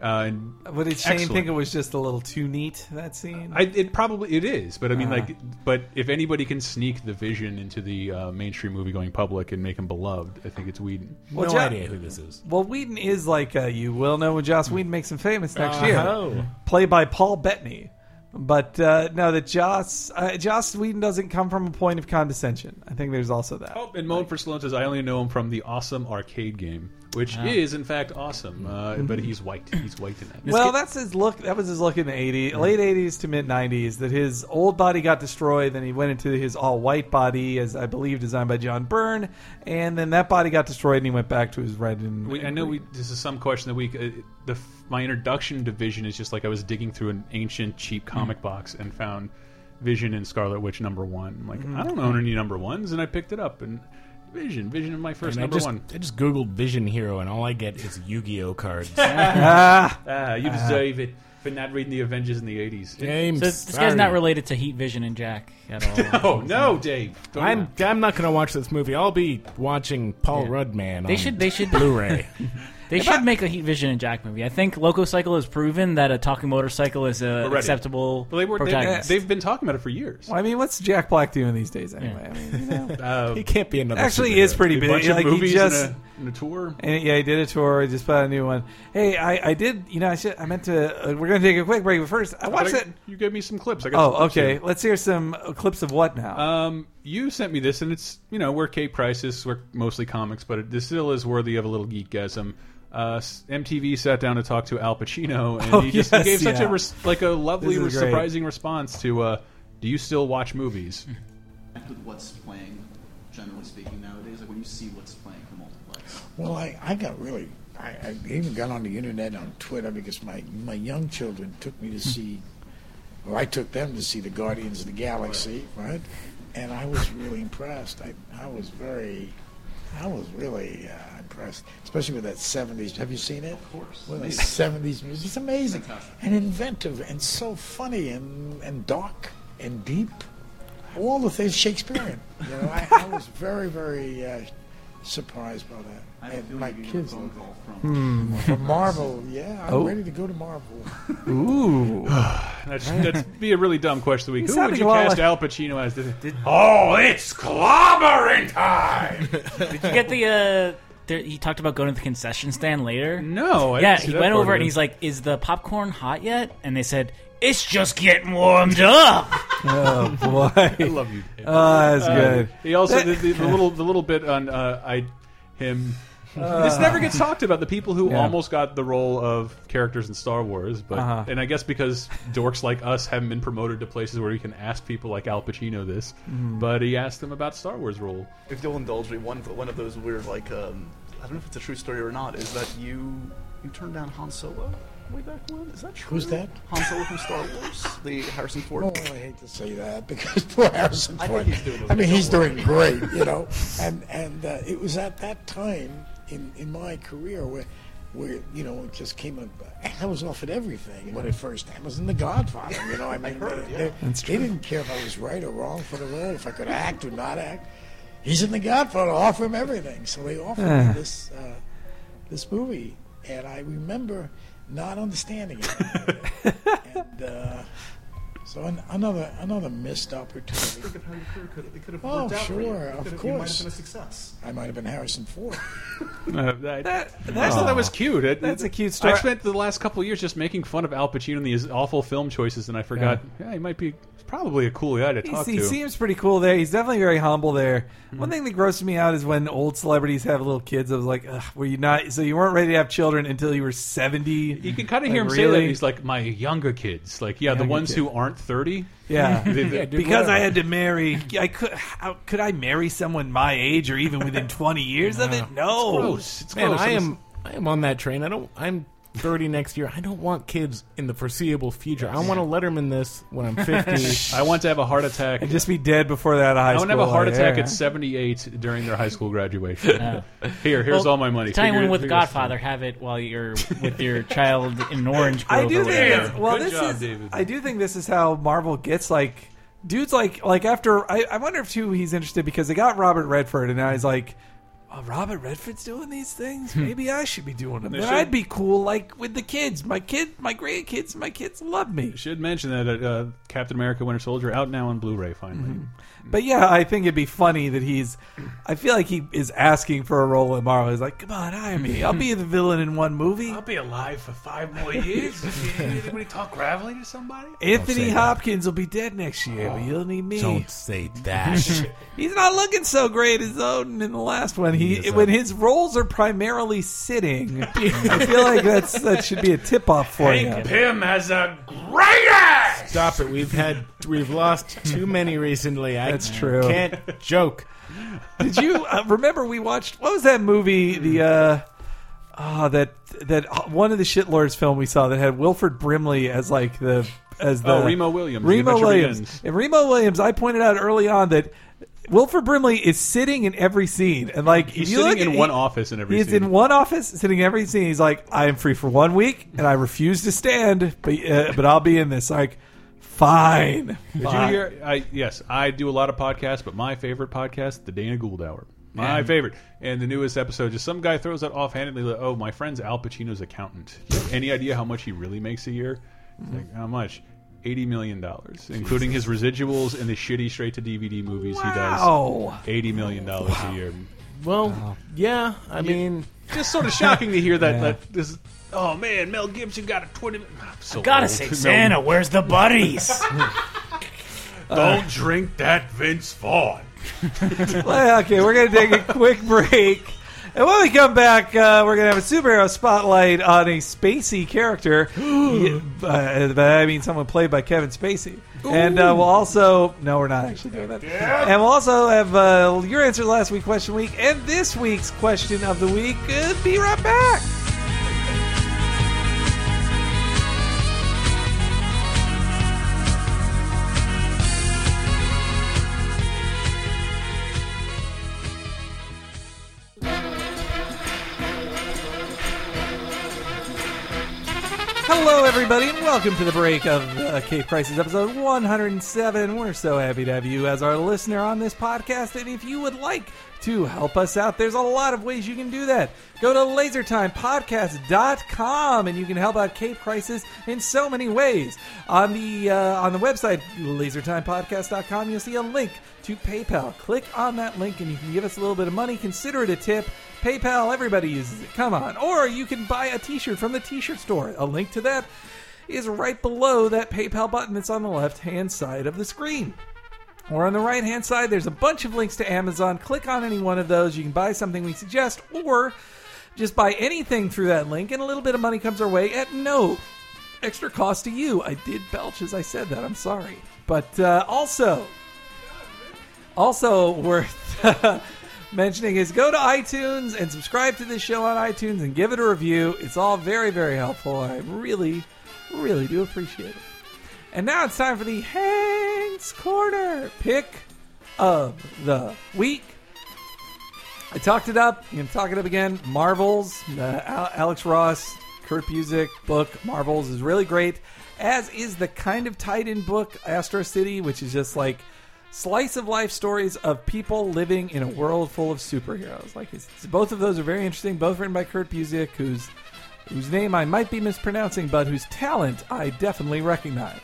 C: Uh, and
A: What did Shane
C: Excellent.
A: think it was just a little too neat that scene?
C: I, it probably it is, but I mean,
A: Uh-huh.
C: like, but if anybody can sneak the vision into the uh, mainstream movie going public and make him beloved, I think it's Whedon.
A: well,
B: no
A: Jo-
B: idea who this is.
A: Well, Whedon is like uh, you will know when Joss Whedon makes him famous next
C: Uh-huh.
A: year, played by Paul Bettany. But uh, no, that Joss uh, Joss Whedon doesn't come from a point of condescension. I think there's also that.
C: Oh, and Moan for Sloan says, I only know him from the awesome arcade game, which is, in fact, awesome. Uh, but he's white. He's white in that.
A: well, that's his look. That was his look in the 80s, late 80s to mid 90s. That his old body got destroyed, then he went into his all white body, as I believe designed by John Byrne, and then that body got destroyed, and he went back to his red and.
C: We, I know we, this is some question of the week. Uh, the, f- my introduction to Vision is just like I was digging through an ancient, cheap comic box and found Vision and Scarlet Witch number one. I'm like, I don't own any number ones, and I picked it up. And Vision, Vision is my first
B: And I
C: number
B: just,
C: one.
B: I just googled Vision Hero, and all I get is Yu-Gi-Oh cards.
C: Ah, you deserve it for not reading the Avengers in the 80s.
B: James,
D: So this, this
B: sorry.
D: guy's not related to Heat Vision and Jack at all.
C: Oh, no, Dave. Don't-
B: I'm I'm not gonna watch this movie. I'll be watching Paul Rudd man.
D: They
B: on
D: should- they should-
B: Blu-ray.
D: They should make a Heat Vision and Jack movie. I think Loco Cycle has proven that a talking motorcycle is an
C: ready.
D: acceptable
C: Well, they were, they,
D: protagonist.
C: they've been talking about it for years.
A: I mean, what's Jack Black doing these days anyway? I mean, you know.
C: Uh,
B: he can't be another.
A: Actually, he is
B: superhero.
A: pretty
C: a
A: big.
C: bunch
A: like,
C: of
A: he
C: movies
A: just-
C: and, a, and a tour.
A: And yeah, I did a tour. I just bought a new one. Hey, I, I did. You know, I should. I meant to. Uh, we're gonna take a quick break, but first, I watched
C: I-
A: that.
C: You gave me some clips. I got some
A: Oh,
C: clips
A: okay.
C: here.
A: Let's hear some uh, clips of what now?
C: Um, you sent me this, and it's you know we're Cape prices, we're mostly comics, but it, this still is worthy of a little geekgasm. Uh, s- MTV sat down to talk to Al Pacino, and
A: Oh,
C: he just
A: yes,
C: gave such a
A: yeah.
C: res- like a lovely,
A: This is
C: re-
A: great.
C: surprising response to. Uh, do you still watch movies?
G: with what's playing, generally speaking, nowadays? Like when you see what's playing for multiplex.
H: Well, I, I got really, I, I even got on the internet on Twitter because my, my young children took me to see, or I took them to see the Guardians of the Galaxy, right? And I was really impressed. I, I was very, I was really uh, impressed, especially with that 70s. Have you seen it? Of course. With the 70s music. It's amazing. And inventive and so funny and, and dark and deep. All the things Shakespearean. You know, I, I was very, very uh, surprised by that.
G: I have a
H: And
G: feeling
H: my
G: you're getting a
H: kids
G: phone
H: love
G: call from.
H: it. From Marvel, yeah, I'm
A: Oh.
H: ready to go to Marvel.
A: Ooh,
C: That's, that'd be a really dumb question of the week. Who would
A: sounding
C: you
A: a lot
C: cast
A: like-
C: Al Pacino as? The,
B: Oh, it's clobbering time.
D: Did you get the? Uh, there, he talked about going to the concession stand later.
C: no, Mm-hmm. I
D: yeah,
C: didn't see
D: he
C: that
D: went
C: part
D: over
C: of
D: and
C: it.
D: he's like, "Is the popcorn hot yet?" And they said, "It's just getting warmed up."
A: Oh boy,
C: love you. Dave.
A: oh,
C: Uh,
A: that's good.
C: He also the, the, the little the little bit on uh, I him. this never gets talked about. The people who
A: Yeah.
C: almost got the role of characters in Star Wars, but
A: Uh-huh.
C: and I guess because dorks like us haven't been promoted to places where you can ask people like Al Pacino this,
A: Mm.
C: but he asked them about Star Wars role.
I: if you'll indulge me, one one of those weird like um, I don't know if it's a true story or not is that you you turned down Han Solo way back when. Is that true?
H: Who's that?
I: Han Solo from Star Wars, the Harrison Ford.
H: Oh, I hate to say that because poor Harrison
I: I
H: Ford.
I: think he's doing
H: I mean,
I: okay,
H: he's
I: don't
H: doing great, you know. And and uh, it was at that time in in my career where where you know it just came up. I was offered everything when it first happened. I was in The Godfather, you know. I mean, they, they- they didn't care if I was right or wrong for the role, if I could act or not act. He's in The Godfather. Offer him everything. So they offered me this. Uh, this movie, and I remember not understanding it. and uh, so an, another another missed opportunity.
I: Look at how your career could it could have
H: Oh,
I: worked out for you.
H: sure,
I: It
H: of
I: could have- you might have
H: course.
I: been a success.
H: I might have been Harrison Ford.
C: Uh, that, I
A: that's-
C: thought that was cute. It-
A: That's
C: it-
A: a cute story.
C: I spent the last couple of years just making fun of Al Pacino and these awful film choices, and I forgot. Yeah, he might be he's probably a cool guy to
A: He's-
C: talk
A: he
C: to. Mm-hmm.
A: seems pretty cool there. He's definitely very humble there. One thing that grosses me out is when old celebrities have little kids. I was like, Ugh, were you not? So you weren't ready to have children until you were seventy?
C: you can kind of
A: Like,
C: hear him say
A: really?
C: that. He's like my younger kids, like yeah, the
A: Younger
C: ones
A: kid.
C: who aren't thirty.
A: yeah.
C: They- they-
B: dude,
A: Because I
B: whatever.
A: had to marry, I could. How, could I marry someone my age or even within twenty years of it? No.
C: gross. It's
B: Man,
C: gross.
B: I
C: I'm-
B: am I am on that train. I don't. I'm 30 next year. I don't want kids in the foreseeable future. I want to let them in this when I'm 50.
C: I want to have a heart attack.
A: Just be dead before that high
C: I
A: school.
C: want to have a heart
A: like,
C: attack
A: yeah.
C: at 78 during their high school graduation. Here, here's all my money.
D: Tie
C: Figure
D: in
C: it-
D: with
C: figure it out.
D: Godfather. Have it while you're with your child in Orange Grove.
A: I do
D: or
A: think
D: whatever.
A: it's, well,
C: Good
A: this
C: job,
A: is
C: David.
A: I do think this is how Marvel gets like dudes like like after I, I wonder if too he's interested because they got Robert Redford and now he's like. "Oh, Robert Redford's doing these things. Maybe I should be doing them. Then
C: Hmm. should.
A: I'd be cool, like with the kids. My kid, my grandkids, my kids love me.
C: Should mention that uh, Captain America: Winter Soldier out now on Blu-ray finally.
A: Mm-hmm. But yeah, I think it'd be funny that he's. I feel like he is asking for a role in Marvel. He's like, "Come on, hire me. I'll be the villain in one movie."
C: be alive for five more years. Anybody talk gravelly to somebody?
B: say
A: Anthony
B: that.
A: Hopkins will be dead next year, but you'll need me.
B: don't say that.
A: He's not looking so great as Odin in the last one. He,
B: He is
A: when
B: a-
A: his roles are primarily sitting, I feel like that's that should be a tip off for him.
C: Pym has a great ass.
B: Stop it. We've had we've lost too many recently. I
A: That's true.
B: Can't joke.
A: Did you uh, remember we watched what was that movie? The uh, ah that that one of the shitlords film we saw that had Wilford Brimley as like the as the
C: Oh, Remo Williams, The
A: Remo
C: Adventure
A: Williams
C: Begins.
A: and Remo Williams. I pointed out early on that. Wilford Brimley is sitting in every scene, and like
C: He's
A: if you
C: sitting
A: look
C: in
A: at-
C: one
A: he-
C: office in every
A: He's
C: scene.
A: in one office, sitting in every scene. He's like, "I am free for one week, and I refuse to stand, but uh, but I'll be in this." Like, fine.
C: Did
F: Uh,
C: you hear? I, yes, I do a lot of podcasts, but my favorite podcast, the Dana Gould Hour. My favorite. And the newest episode, just some guy throws out offhandedly, like, oh, my friend's Al Pacino's accountant. Do you have Any idea how much he really makes a year? It's Like, how much? $80 million, including his residuals and the shitty straight to DVD movies
A: Wow.
C: he does. $80 million a year.
B: Well, yeah. I mean,
C: Just sort of shocking to hear that. that this, oh, man, Mel Gibson got a 20 I'm So
F: Gotta
C: old.
F: say,
C: Mel-
F: Santa, where's the buddies?
C: Don't drink that Vince Vaughn.
A: Well, okay, we're gonna take a quick break, and when we come back, uh, we're gonna have a superhero spotlight on a spacey character. Yeah, uh, but I mean, someone played by Kevin Spacey, and uh, we'll also no, we're not actually doing that. And we'll also have uh, your answer last week, question week, and this week's question of the week. Uh, be right back. Hello, everybody, and welcome to the break of uh, Cape Crisis episode 107. We're so happy to have you as our listener on this podcast. And if you would like to help us out, there's a lot of ways you can do that. Go to lasertimepodcast.com and you can help out Cape Crisis in so many ways. On the uh, on the website lasertimepodcast.com, you'll see a link to PayPal. Click on that link and you can give us a little bit of money. Consider it a tip. PayPal, everybody uses it. Come on. Or you can buy a t shirt from the t shirt store. A link to that is right below that PayPal button that's on the left hand side of the screen. Or on the right hand side, there's a bunch of links to Amazon. Click on any one of those. You can buy something we suggest, or just buy anything through that link, and a little bit of money comes our way at no extra cost to you. I did belch as I said that. I'm sorry. But uh, also, also worth mentioning is go to iTunes and subscribe to this show on iTunes and give it a review. It's all very, very helpful. I really, really do appreciate it. And now it's time for the Hank's Corner pick of the week. I talked it up. I'm going to talk it up again. Marvels, uh, Al- Alex Ross, Kurt Busick book, Marvels, is really great, as is the kind of tied in book, Astro City, which is just like slice of life stories of people living in a world full of superheroes. Like it's, it's- both of those are very interesting. Both written by Kurt Busiek, whose whose name I might be mispronouncing, but whose talent I definitely recognize.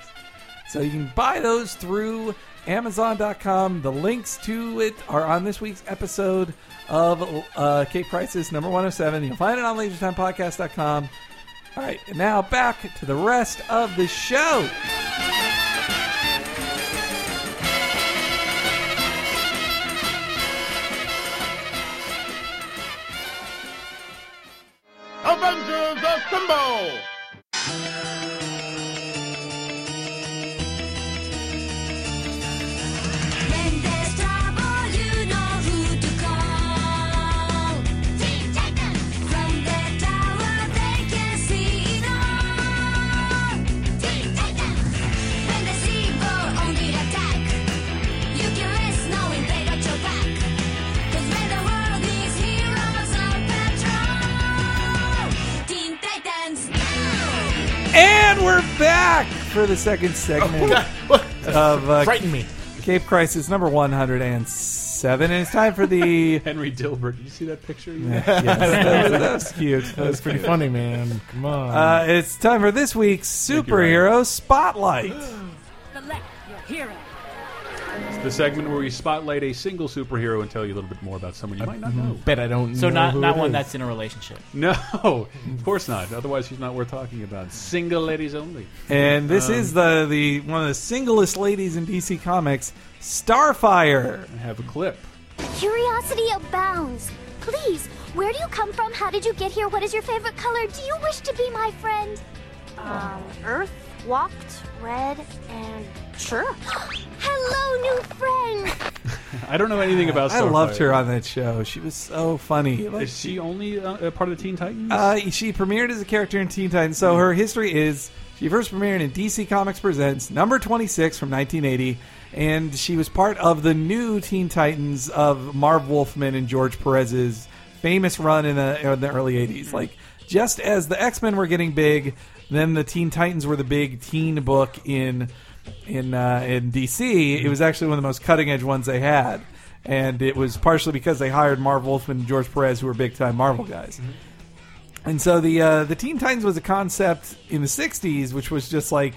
A: So you can buy those through Amazon.com. The links to it are on this week's episode of uh, Cape Crisis number 107. You'll find it on LaserTimePodcast.com. All right, and now back to the rest of the show.
J: Avengers Assemble!
K: When there's trouble, you know who to call. Teen Titans! From their tower, they can see it all. Teen Titans! When there's evil on the attack, you can rest knowing they got your back. 'Cause when the world needs heroes on patrol, Teen Titans go!
A: And we're back for the second segment of uh,
B: Frighten me.
A: Cape Crisis number 107. And it's time for the.
C: Henry Dilbert. Did you see that picture?
A: yes, that, was, that was cute. That was
B: That's pretty funny, man. Come on.
A: Uh, it's time for this week's
C: you, Ryan.
A: superhero spotlight.
K: Select your hero.
C: It's the segment where we spotlight a single superhero and tell you a little bit more about someone you might not know.
B: Bet I don't.
D: So
B: know
D: not
B: who
D: not
B: it
D: one
B: is.
D: that's in a relationship.
C: No, of course not. Otherwise, she's not worth talking about. Single ladies only.
A: And this is the, the one of the singlest ladies in DC Comics, Starfire.
C: I have a clip.
K: Curiosity abounds. Please, where do you come from? How did you get here? What is your favorite color? Do you wish to be my friend? Um, Earth walked red and sure. Hello, new friend.
C: I don't know anything about.
A: I
C: Starfire.
A: loved her on that show. She was so funny. Like,
C: Is she only uh, a part of the Teen Titans?
A: uh, she premiered as a character in Teen Titans. So her history is she first premiered in DC Comics Presents number 26 from 1980. And she was part of the new Teen Titans of Marv Wolfman and George Perez's famous run in the, in the early 80s. Like, just as the X Men were getting big, then the Teen Titans were the big teen book in in uh, in DC. It was actually one of the most cutting edge ones they had, and it was partially because they hired Marv Wolfman and George Perez, who were big time Marvel guys. And so the uh, the Teen Titans was a concept in the '60s, which was just like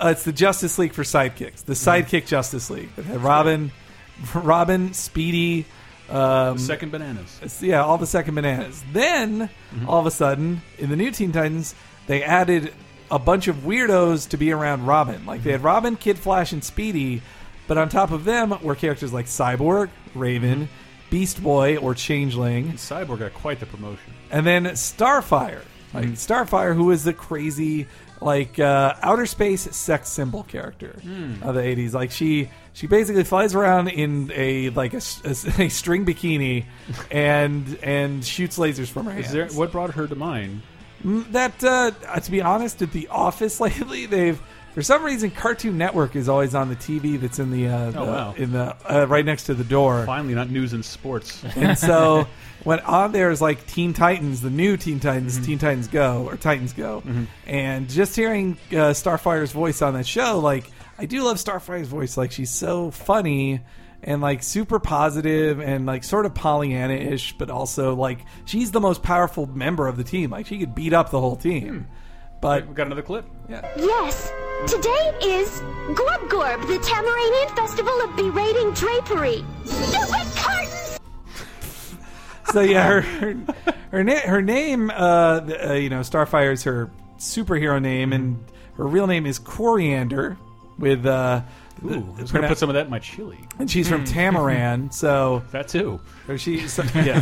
A: uh, it's the Justice League for sidekicks, the sidekick Justice League that had Robin, Robin, Speedy, um,
C: Second bananas.
A: yeah, all the second bananas. Then all of a sudden, in the new Teen Titans, they added a bunch of weirdos to be around Robin. Like they had Robin, Kid Flash, and Speedy, but on top of them were characters like Cyborg, Raven, Beast Boy, or Changeling
C: Cyborg got quite the promotion.
A: and then Starfire, like
C: Hmm.
A: Starfire, who is the crazy like uh, outer space sex symbol character
C: Hmm.
A: of the '80s. Like she she basically flies around in a like a, s- a s- a string bikini and and shoots lasers from her hands.
C: Is there what brought her to mind?
A: that uh, to be honest, at the office lately they've. For some reason, Cartoon Network is always on the TV that's in the, uh, the-
C: Oh, wow.
A: in the uh, right next to the door
C: Finally, not news and sports.
A: and so when on there is like Teen Titans, the new Teen Titans, Teen Titans Go or Titans Go, and just hearing uh, Starfire's voice on that show, like I do love Starfire's voice. Like she's so funny and like super positive and like sort of Pollyanna-ish, but also like she's the most powerful member of the team. Like she could beat up the whole team. But
C: We got another clip.
K: Yes, today is Gorb Gorb, the Tamaranian Festival of Berating Drapery. Stupid curtains!
A: so yeah, her her, her, na- her name, uh, the- uh, you know, Starfire is her superhero name, and Her real name is Coriander. With uh,
C: Ooh, I was going to put some of that in my chili.
A: and she's from Tamaran, so
C: that too.
A: Hmm. Or she, so, yeah.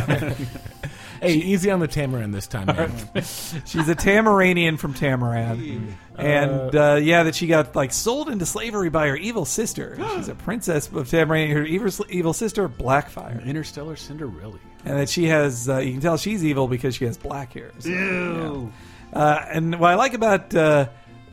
B: Hey, easy on the Tamaran this time. Man.
A: She's a Tamaranian from Tamaran. And uh, yeah, that she got like sold into slavery by her evil sister. She's a princess of Tamaran. Her evil, evil sister, Blackfire,
C: Interstellar Cinderella.
A: and that she has. Uh, you can tell she's evil because she has black hair. So,
C: Ew.
A: yeah. Uh, and what I like about uh,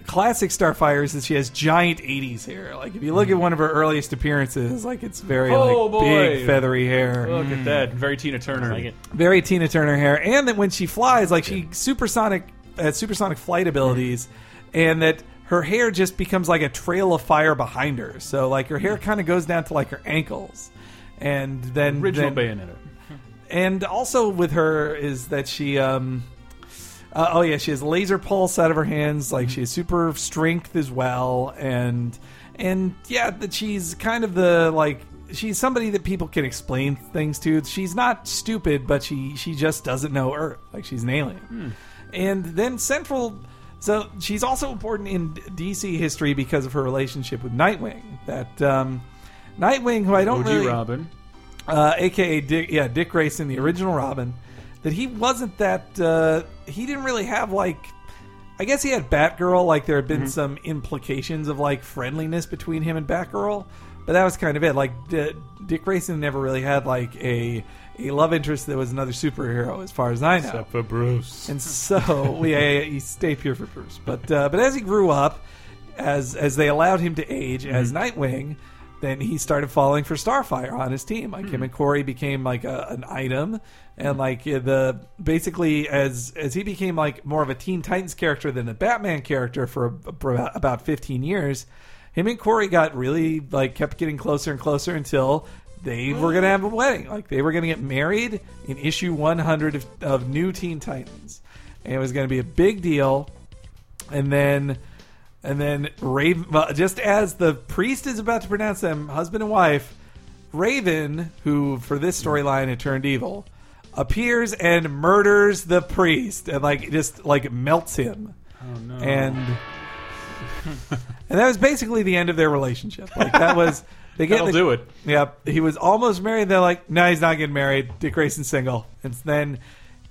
A: classic Starfire is that she has giant '80s hair. Like if you look at one of her earliest appearances, like it's very
C: Oh,
A: like
C: boy. Uh.
A: big feathery hair.
C: Look at that. Very Tina Turner.
D: like it.
A: very Tina Turner hair, and that when she flies, like she supersonic has supersonic flight abilities, and that her hair just becomes like a trail of fire behind her. So like her
C: Mm.
A: hair kind of goes down to like her ankles, and then
C: Original
A: then,
C: Bayonetta.
A: and also with her is that she um uh, oh yeah she has laser pulse out of her hands like she has super strength as well and and yeah that she's kind of the like she's somebody that people can explain things to she's not stupid but she she just doesn't know earth like she's an alien and then central so she's also important in dc history because of her relationship with nightwing that um nightwing who i don't
C: OG
A: really
C: Robin.
A: uh, aka Dick, yeah, Dick Grayson, the original Robin, that he wasn't that. Uh, he didn't really have like. I guess he had Batgirl. Like there had been some implications of like friendliness between him and Batgirl, but that was kind of it. Like D- Dick Grayson never really had like a a love interest that was another superhero, as far as I know.
C: Except for Bruce.
A: And so, yeah, yeah, yeah, he stayed pure for Bruce. But uh, but as he grew up, as as they allowed him to age as Nightwing, then he started falling for Starfire on his team. Like him and Corey became like a, an item, and like uh, the basically as as he became like more of a Teen Titans character than a Batman character for, for about- about fifteen years. Him and Corey got really like kept getting closer and closer until they were going to have a wedding. Like they were going to get married in issue 100 of, of New Teen Titans, and it was going to be a big deal. And then, and then Raven, well, just as the priest is about to pronounce them husband and wife, Raven, who for this storyline had turned evil, appears and murders the priest and like just like melts him. Oh no! And and that was basically the end of their relationship. Like that was. They get
C: That'll
A: the-
C: do it.
A: Yep. He was almost married. They're like, no, he's not getting married. Dick Grayson's single. And then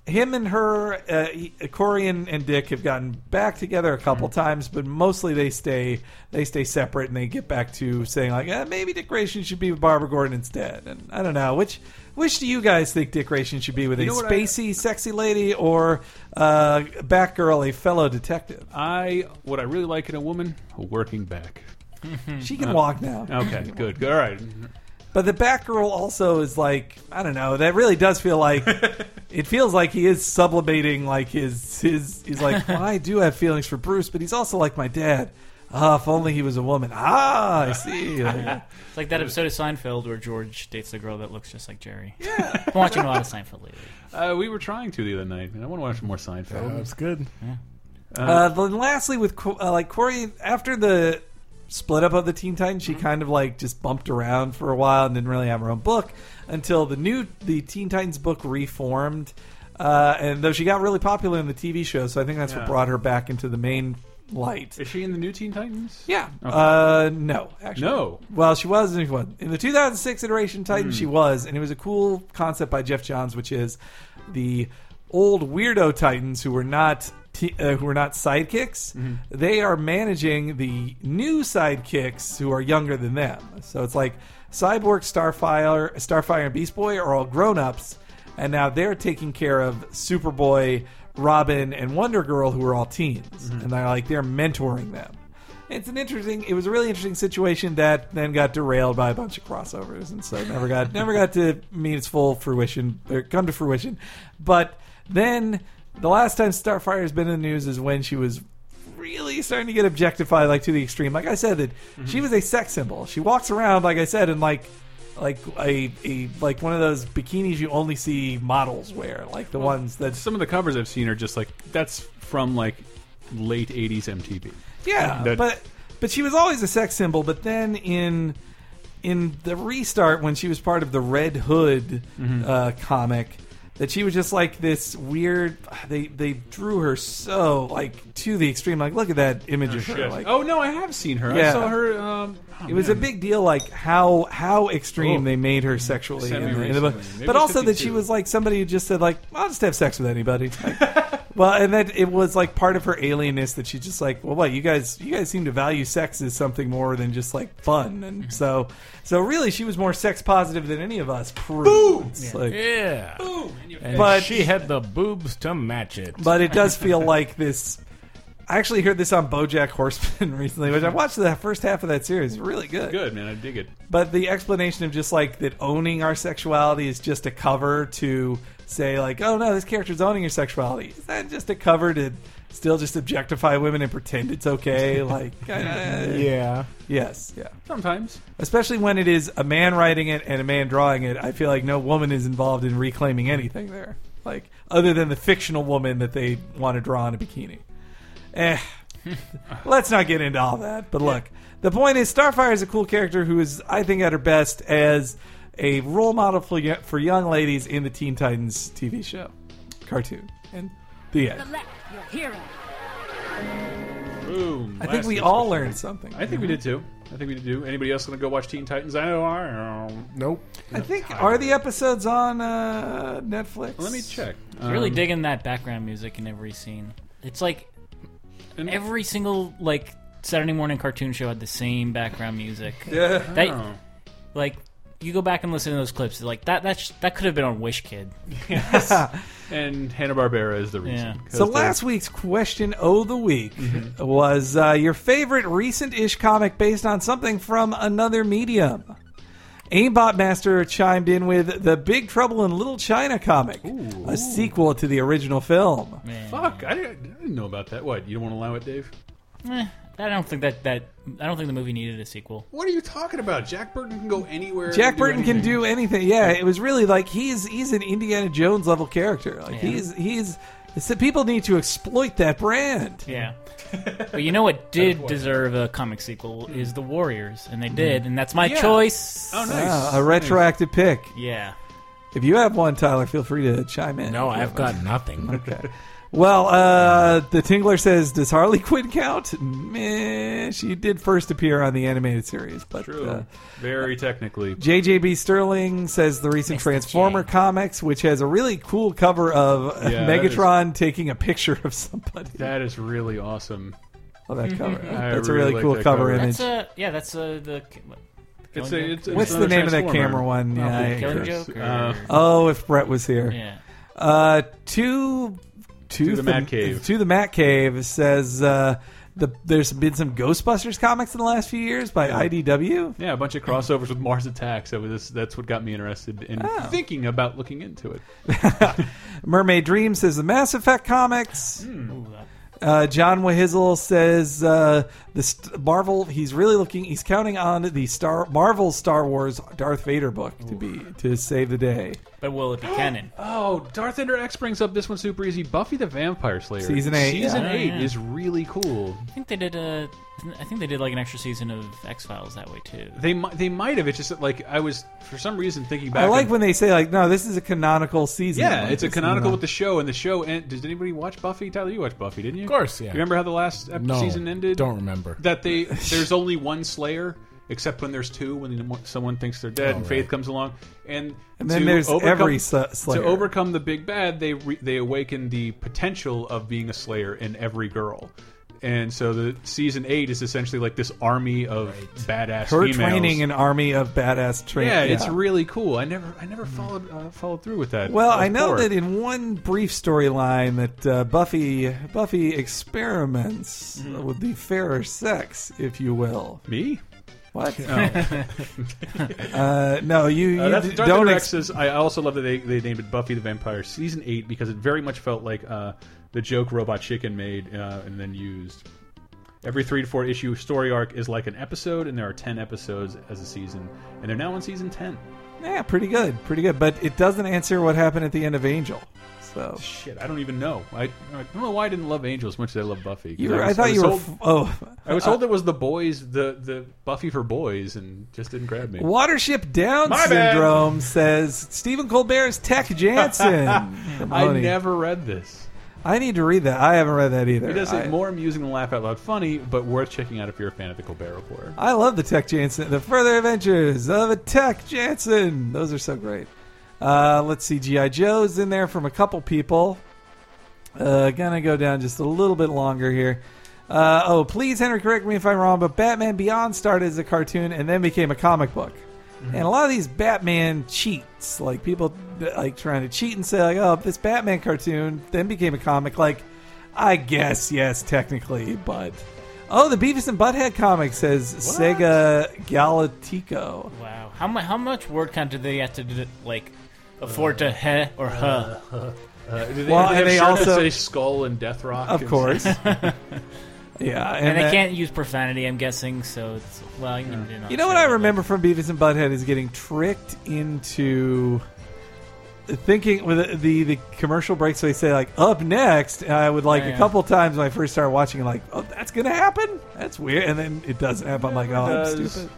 A: him and her, uh, he- Corey and, and Dick have gotten back together a couple
C: Hmm.
A: times, but mostly they stay they stay separate and they get back to saying like, eh, maybe Dick Grayson should be with Barbara Gordon instead. And I don't know which. Which do you guys think Dick Grayson should be with
C: You know
A: a
C: what I-
A: spacey, sexy lady or uh, Batgirl, a fellow detective?
C: I what I really like in a woman, a working back. Hmm.
A: She
C: Uh,
A: can walk now.
C: Okay, good, good. All right.
A: But the Batgirl also is like I don't know. That really does feel like it feels like he is sublimating like his his. He's like well, I do have feelings for Bruce, but he's also like my dad. Ah, if only he was a woman. Ah, I see. Like,
D: It's like that episode of Seinfeld where George dates the girl that looks just like Jerry. Yeah, I'm watching a lot of Seinfeld lately.
C: Uh, we were trying to the other night, and I want to watch more Seinfeld.
B: That's good.
C: Uh-huh.
A: uh, then lastly, with Co- uh, like Corey after the split up of the Teen Titans,
C: Mm-hmm.
A: she kind of like just bumped around for a while and didn't really have her own book until the new the Teen Titans book reformed. Uh, and though she got really popular in the TV show, so I think that's what
C: Yeah.
A: brought her back into the main light.
C: Is she in the new Teen Titans?
A: Yeah. Uh, no, actually.
C: No.
A: Well, she was in one. In the 2006 iteration Titan, she was, and it was a cool concept by Jeff Johns, which is the old weirdo Titans who were not t- uh, who were not sidekicks. They are managing the new sidekicks who are younger than them. So it's like Cyborg, Starfire, Starfire, and Beast Boy are all grown ups, and now they're taking care of Superboy, Robin, and Wonder Girl, who are all teens, and they're like they're mentoring them. It's an interesting. It was a really interesting situation that then got derailed by a bunch of crossovers, and so never got never got to meet its full fruition or come to fruition. But then the last time Starfire has been in the news is when she was really starting to get objectified, like to the extreme. Like I said, that she was a sex symbol. She walks around, like I said, in like like a, a like one of those bikinis you only see models wear, like the ones that
C: Some of the covers I've seen are just like that's from like late '80s MTV.
A: Yeah,
C: That-
A: but but she was always a sex symbol. But then in
C: Mm-hmm.
A: in the restart when she was part of the Red Hood uh, comic, that she was just like this weird. They they drew her so like to the extreme. Like look at that image of her.
C: Yes.
A: Like
C: oh no, I have seen her. I
A: Yeah.
C: saw her. Um, oh,
A: it was a
C: man.
A: big deal, like how how extreme
C: Oh.
A: they made her sexually, in the, in the book.
C: Semi-recently. Maybe
A: but
C: it was
A: also that she
C: 52.
A: was like somebody who just said like I'll just have sex with anybody. Like, well, and that it was like part of her alienness that she just like well, what you guys you guys seem to value sex as something more than just like fun, and so so really she was more sex positive than any of us. Boom,
B: yeah. And
A: But-
B: she had the boobs to match it.
A: but it does feel like this. I actually heard this on BoJack Horseman recently, which I watched the first half of that series. Really good.
C: Good man, I dig it.
A: But the explanation of just like that owning our sexuality is just a cover to say like, oh no, this character's owning your sexuality. Is that just a cover to still just objectify women and pretend it's okay? Like, uh,
B: Yeah.
A: yes, yeah.
C: Sometimes.
A: Especially when it is a man writing it and a man drawing it, I feel like no woman is involved in reclaiming anything there, like other than the fictional woman that they want to draw in a bikini. Eh, let's not get into all that. But look, the point is, Starfire is a cool character who is, I think, at her best as a role model for yo- for young ladies in the Teen Titans TV show, cartoon, and the end.
K: Select your hero.
C: Boom.
A: I think
C: Last
A: we
C: week's
A: all
C: question.
A: learned something.
C: I think we did too. I think we did too. Anybody else gonna go watch Teen Titans? I know. I don't.
B: Nope.
A: I think are the episodes on uh, Netflix?
C: Let me check.
D: I'm really
C: Um,
D: digging that background music in every scene. It's like every single like Saturday morning cartoon show had the same background music.
A: Yeah.
D: That-
C: Oh.
D: like you go back and listen to those clips. Like that that's that could have been on Wish Kid.
C: And Hanna Barbera is the reason.
D: Yeah.
C: 'Cause
A: So
C: they're-
A: last week's question of the week was uh, your favorite recent-ish comic based on something from another medium. Aimbot Master chimed in with the Big Trouble in Little China comic, a sequel to the original film.
C: Fuck, I didn't, I didn't know about that. What? You don't want to allow it, Dave?
D: Eh, I don't think that that I don't think the movie needed a sequel.
C: What are you talking about? Jack Burton can go anywhere.
A: Jack
C: and
A: Burton can
C: anything.
A: do anything. Yeah, it was really like he's he's an Indiana Jones level character. Like he's he's so people need to exploit that brand.
D: Yeah. but you know what did deserve a comic sequel is The Warriors, and they did, and that's my
C: Yeah.
D: choice.
C: Oh, nice.
A: Wow, Uh, a retroactive pick.
D: Yeah.
A: If you have one, Tyler, feel free to chime in.
B: No,
A: If you
B: I've
A: have
B: got nothing.
A: Okay. Well, uh, the Tingler says, does Harley Quinn count? Meh, she did first appear on the animated series, but
C: True.
A: uh,
C: Very technically.
A: JJB Sterling says the recent Transformer comics, which has a really cool cover of uh,
C: Yeah, that is-
A: Megatron taking a picture of somebody.
C: That is really awesome.
A: Love that cover.
C: I
A: That's a
C: really
A: really
C: like
A: cool
C: that
A: cover,
C: cover.
A: image.
D: That's a yeah. That's a the. what,
C: It's a,
D: Killing
C: it's, it's
A: What's the
C: another
A: name of that
C: Transformer.
A: camera one? Yeah,
C: Probably
A: I-
D: Killing Joke. Or,
C: Uh,
A: oh, if Brett was here.
D: yeah.
A: Uh, two, two
C: the Matt Cave.
A: To the Matt Cave says uh, the, there's been some Ghostbusters comics in the last few years by IDW.
C: Yeah, a bunch of crossovers with Mars Attacks. That was that's what got me interested in
A: Oh.
C: thinking about looking into it.
A: Mermaid Dream says the Mass Effect comics.
C: Hmm.
A: Uh, John Wahizel says uh, the st- Marvel. He's really looking. He's counting on the Star Marvel Star Wars Darth Vader book to be to save the day.
D: But will it
A: Ah!
D: be canon?
C: Oh, Darth Ender X brings up this one super easy. Buffy the Vampire Slayer.
A: Season eight,
C: Season
A: yeah.
C: eight
D: Yeah.
C: is really cool.
D: I think they did a. I think they did like an extra season of X Files that way too.
C: They mi- they might have. It's just that, like I was for some reason thinking back.
A: I like
C: on-
A: when they say like, no, this is a canonical season.
C: Yeah,
A: Like,
C: it's a
A: this-
C: canonical
A: no.
C: with the show, and the show. And did anybody watch Buffy? Tyler, you watched Buffy, didn't you? Of
B: course, yeah.
C: Remember how the last ep-
B: No,
C: season ended?
B: Don't remember.
C: that they there's only one Slayer, except when there's two, when someone thinks they're dead, and Faith comes along, and
A: Oh, And then
C: to
A: there's
C: overcome,
A: every Sa- Slayer.
C: to overcome the big bad, they re, they awaken the potential of being a Slayer in every girl. And so the season eight is essentially like this army of badass
A: her
C: females.
A: training an army of badass train.
C: yeah, it's really cool. I never, I never followed uh, followed through with that.
A: Mm. Well,
C: was
A: I know
C: poor.
A: that in one brief storyline that uh, Buffy Buffy experiments
C: Hmm.
A: with the fairer sex, if you will.
C: me.
A: What? uh, no, you, you
C: Uh, that's,
A: d-
C: Darth
A: don't.
C: Vader
A: ex-
C: X is, I also love that they, they named it Buffy the Vampire Season 8 because it very much felt like uh, the joke Robot Chicken made uh, and then used. Every three to four issue story arc is like an episode, and there are 10 episodes as a season. And they're now on season 10.
A: yeah, pretty good, pretty good. But it doesn't answer what happened at the end of Angel. So
C: shit, I don't even know. I, I don't know why I didn't love Angel as much as I love Buffy. 'Cause
A: You were-
C: was-
A: I thought
C: was
A: you were
C: told-
A: f- oh.
C: I was told it was the boys, the the Buffy for boys, and just didn't grab me.
A: Watership Down
C: My bad.
A: syndrome says Stephen Colbert is Tech Jansen.
C: I
A: Maloney.
C: never read this.
A: I need to read that. I haven't read that either.
C: It does
A: I,
C: it more amusing than laugh out loud funny, but worth checking out if you're a fan of the Colbert Report.
A: I love the Tech Jansen. The Further Adventures of a Tech Jansen. Those are so great. Uh, let's see. G.I. Joe's in there from a couple people. Uh, gonna go down just a little bit longer here. Uh, oh, please, Henry, correct me if I'm wrong, but Batman Beyond started as a cartoon and then became a comic book.
D: Mm-hmm.
L: Mhm.
A: And a lot of these Batman cheats, like people like trying to cheat and say like, "Oh, this Batman cartoon then became a comic." Like, I guess yes, technically, but oh, the Beavis and Butthead comic says Sega Galactico.
D: Wow. How, mu- how much word count do they have to do, like afford to heh or huh?
C: Uh, do they,
A: Well,
C: do
A: and
C: they have
A: they
C: shirts that
A: also-
C: say Skull and Death Rock?
A: Of
C: and-
A: course.
D: and,
A: and
D: they
A: that- Hmm.
D: can't use profanity, I'm guessing. So it's well, you, can do not
A: You know what I remember from Beavis and Butthead is getting tricked into thinking with the the commercial breaks. They say like up next. And I would like
L: Oh, yeah.
A: a couple times when I first started watching, like oh that's gonna happen. That's weird. And then it doesn't happen. I'm like oh I'm
L: does.
A: stupid.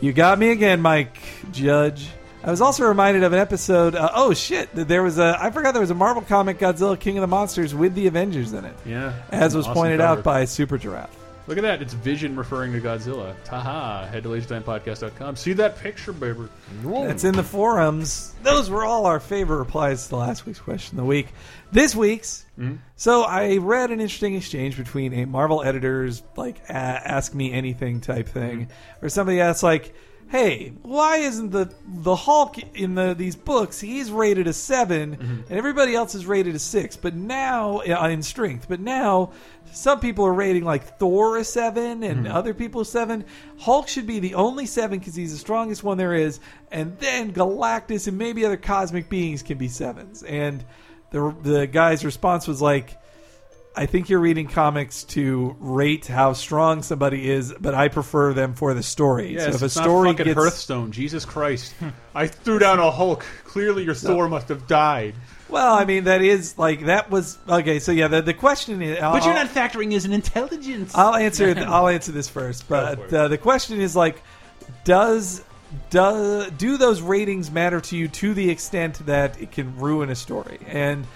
A: you got me again, Mike Judge. I was also reminded of an episode. Uh, oh shit! that There was a I forgot there was a Marvel comic Godzilla King of the Monsters with the Avengers in it.
C: Yeah.
A: as was
C: Awesome
A: pointed
C: cover.
A: out by Super Giraffe.
C: Look at that. It's Vision referring to Godzilla. Taha. Head to lasertimepodcast.com. See that picture, baby.
A: That's in the forums. Those were all our favorite replies to last week's question of the week. This week's. So I read an interesting exchange between a Marvel editor's like a- ask me anything type thing, where somebody asked like, "Hey, why isn't the the Hulk in the these books? He's rated a 7
C: Mm-hmm.
A: and everybody else is rated a six, but now uh, in strength, but now." Some people are rating like Thor a seven and
C: Mm-hmm.
L: Mhm.
A: other people a seven. Hulk should be the only seven because he's the strongest one there is, and then Galactus and maybe other cosmic beings can be sevens. And the the guy's response was like, "I think you're reading comics to rate how strong somebody is, but I prefer them for the story.
C: Yes,
A: so if a
C: it's
A: story
C: not fucking
A: gets
C: Hearthstone. Jesus Christ. I threw down a Hulk. Clearly your Thor must have died.
A: well, I mean that is like that was okay. So yeah, the the question is, I'll-
C: but
H: Uh,
C: you're not factoring as an intelligence.
A: I'll answer. it- I'll answer this first. But uh, the question is like, does do, do those ratings matter to you to the extent that it can ruin a story? And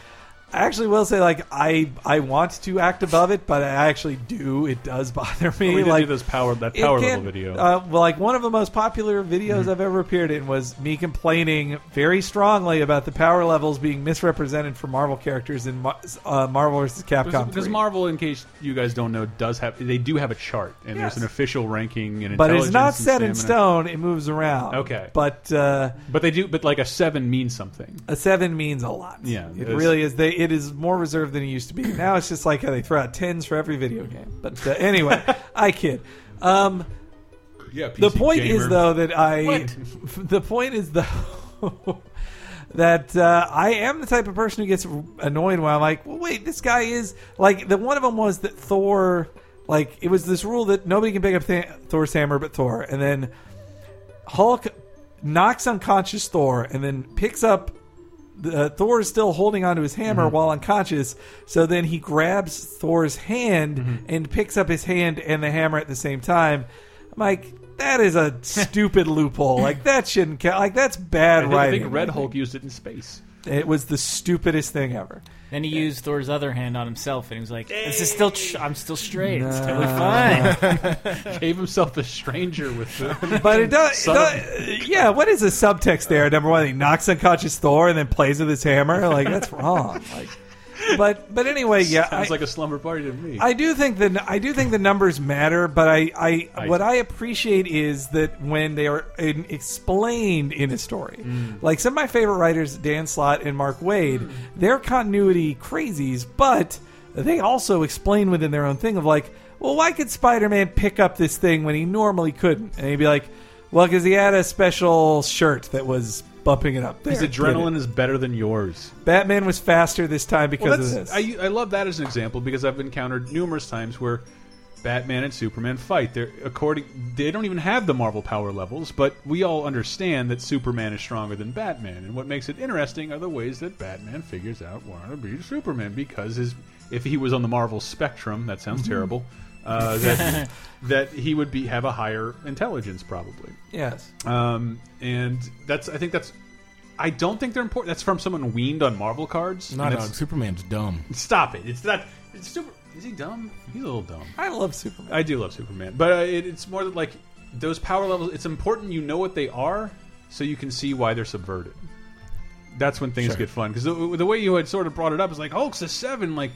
A: I actually will say like I I want to act above it, but I actually do. It does bother
C: Well, we
A: me.
C: did do
A: like
C: those power- that
A: it
C: power
A: can-
C: level video. Mm-hmm.
A: Uh, well, like one of the most popular videos I've ever appeared in was me complaining very strongly about the power levels being misrepresented for Marvel characters in Mar- uh, Marvel vs. Capcom.
C: Because
A: 3.
C: Marvel, in case you guys don't know, does have they do have a chart, and there's an official ranking and
A: but it's not
C: intelligence and
A: set in
C: stamina.
A: stone. It moves around.
C: Okay,
A: but uh,
C: but they do. But like a seven means something.
A: A seven means a lot.
C: Yeah,
A: it
C: it's-
A: really is. They it is more reserved than it used to be. Now it's just like how they throw out tens for every video game. But uh, anyway, I kid. Um,
C: Yeah,
A: the
C: PC
A: point is
C: gamer.
A: though that I.
C: What?
A: The point is though. That uh, I am the type of person who gets annoyed when I'm like, well, wait, this guy is like the one of them was that Thor, like it was this rule that nobody can pick up Th- Thor's hammer but Thor, and then Hulk knocks unconscious Thor and then picks up. The, uh, Thor is still holding onto his hammer
C: Mm-hmm.
A: while unconscious, so then he grabs Thor's hand
C: Mm-hmm.
A: and picks up his hand and the hammer at the same time. I'm like, that is a stupid loophole. Like that shouldn't count. Like that's
C: I
A: bad
C: think, I
A: writing.
C: think Red Hulk used it in space.
A: It was the stupidest thing ever.
D: Then he used Thor's other hand on himself, and he was like, "This is still, tr- I'm still straight. It's totally fine."
C: Gave himself a stranger with the.
A: But it does. It
C: Son of-
A: does yeah, what is the subtext there? Number one, he knocks unconscious Thor and then plays with his hammer. Like that's wrong. Like, but but anyway, yeah,
C: sounds
A: I-
C: like a slumber party to me.
A: I do think that I do think the numbers matter, but I, I,
C: I-
A: what I appreciate is that when they are in, explained in a story,
C: Mm.
A: like some of my favorite writers, Dan Slott and Mark Wade, they're continuity crazies, but they also explain within their own thing of like, well, why could Spider-Man pick up this thing when he normally couldn't? And he'd be like, well, because he had a special shirt that was bumping it up.
C: His
A: There,
C: adrenaline
A: did
C: is better than yours.
A: it. Batman was faster this time because
C: well,
A: of
C: that's,
A: this.
C: I, I love that as an example because I've encountered numerous times where Batman and Superman fight. They're according they don't even have the Marvel power levels, but we all understand that Superman is stronger than Batman. And what makes it interesting are the ways that Batman figures out why to beat Superman because his if he was on the Marvel spectrum, that
A: Mm-hmm.
C: sounds terrible. Uh, that that he would be have a higher intelligence probably.
A: Yes.
C: Um, and that's I think that's I don't think they're important. That's from someone weaned on Marvel cards.
B: No,
C: and
B: no,
C: that's-
B: Superman's dumb.
C: Stop it! It's not. It's super. Is he dumb? He's a little dumb.
A: I love Superman.
C: I do love Superman, but uh, it, it's more that like those power levels. It's important you know what they are, so you can see why they're subverted. That's when things
B: Sure.
C: get fun because the, the way you had sort of brought it up is like Hulk's a seven. Like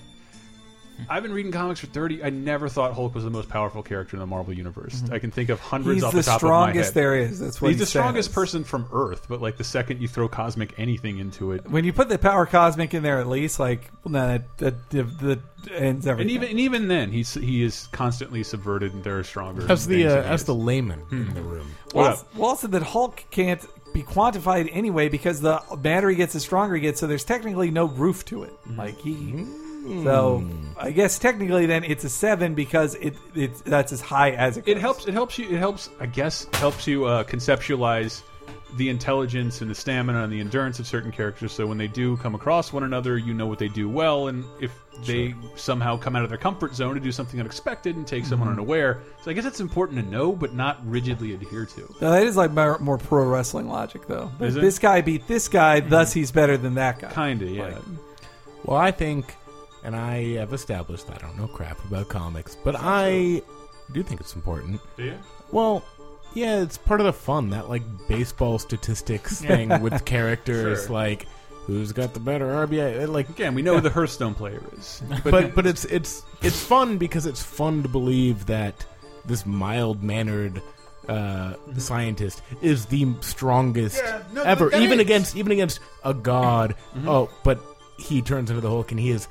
C: I've been reading comics for thirty. I never thought Hulk was the most powerful character in the Marvel universe. I can think of hundreds
A: He's
C: off
A: the
C: the, top of my
A: strongest
C: head.
A: there is. That's what
C: he's
A: he
C: the
A: says.
C: strongest person from Earth. But like the second you throw cosmic anything into it,
A: When you put the power cosmic in there, at least like well, no, that that, that, that ends everything.
C: and even and even then he's he is constantly subverted and they're stronger.
B: That's
C: and
B: the
C: things
B: uh,
C: that he
B: that's
C: is.
B: the layman in the room.
C: What
A: Well, well, also that Hulk can't be quantified anyway because the battery gets the stronger he gets, so there's technically no roof to it. Like he,
B: Hmm.
C: Hmm.
A: so I guess technically then it's a seven because it, it that's as high as it.
C: It helps. It helps you. It helps. I guess helps you uh, conceptualize the intelligence and the stamina and the endurance of certain characters. So when they do come across one another, you know what they do well, and if they somehow come out of their comfort zone to do something unexpected and take someone
A: Mhm.
B: Mm-hmm.
C: unaware, so I guess it's important to know, but not rigidly adhere to.
A: Now, that is like more, more pro wrestling logic though.
C: Is it? Hmm.
A: This guy beat this guy, thus he's better than that guy.
C: Kinda, yeah.
B: Well, I think, and I have established that I don't know crap about comics, but I do think it's important.
C: Do you?
B: Well, yeah, it's part of the fun that like baseball statistics
C: Yeah.
B: thing with characters
C: Sure.
B: like who's got the better RBI. Like
C: again, we know who the Hearthstone player is,
B: but but, it's it's it's fun because it's fun to believe that this mild mannered. Uh, scientist is the strongest
C: Yeah, no,
B: ever,
C: that is- Mm-hmm.
B: even against even against a god. Oh, but he turns into the Hulk, and he is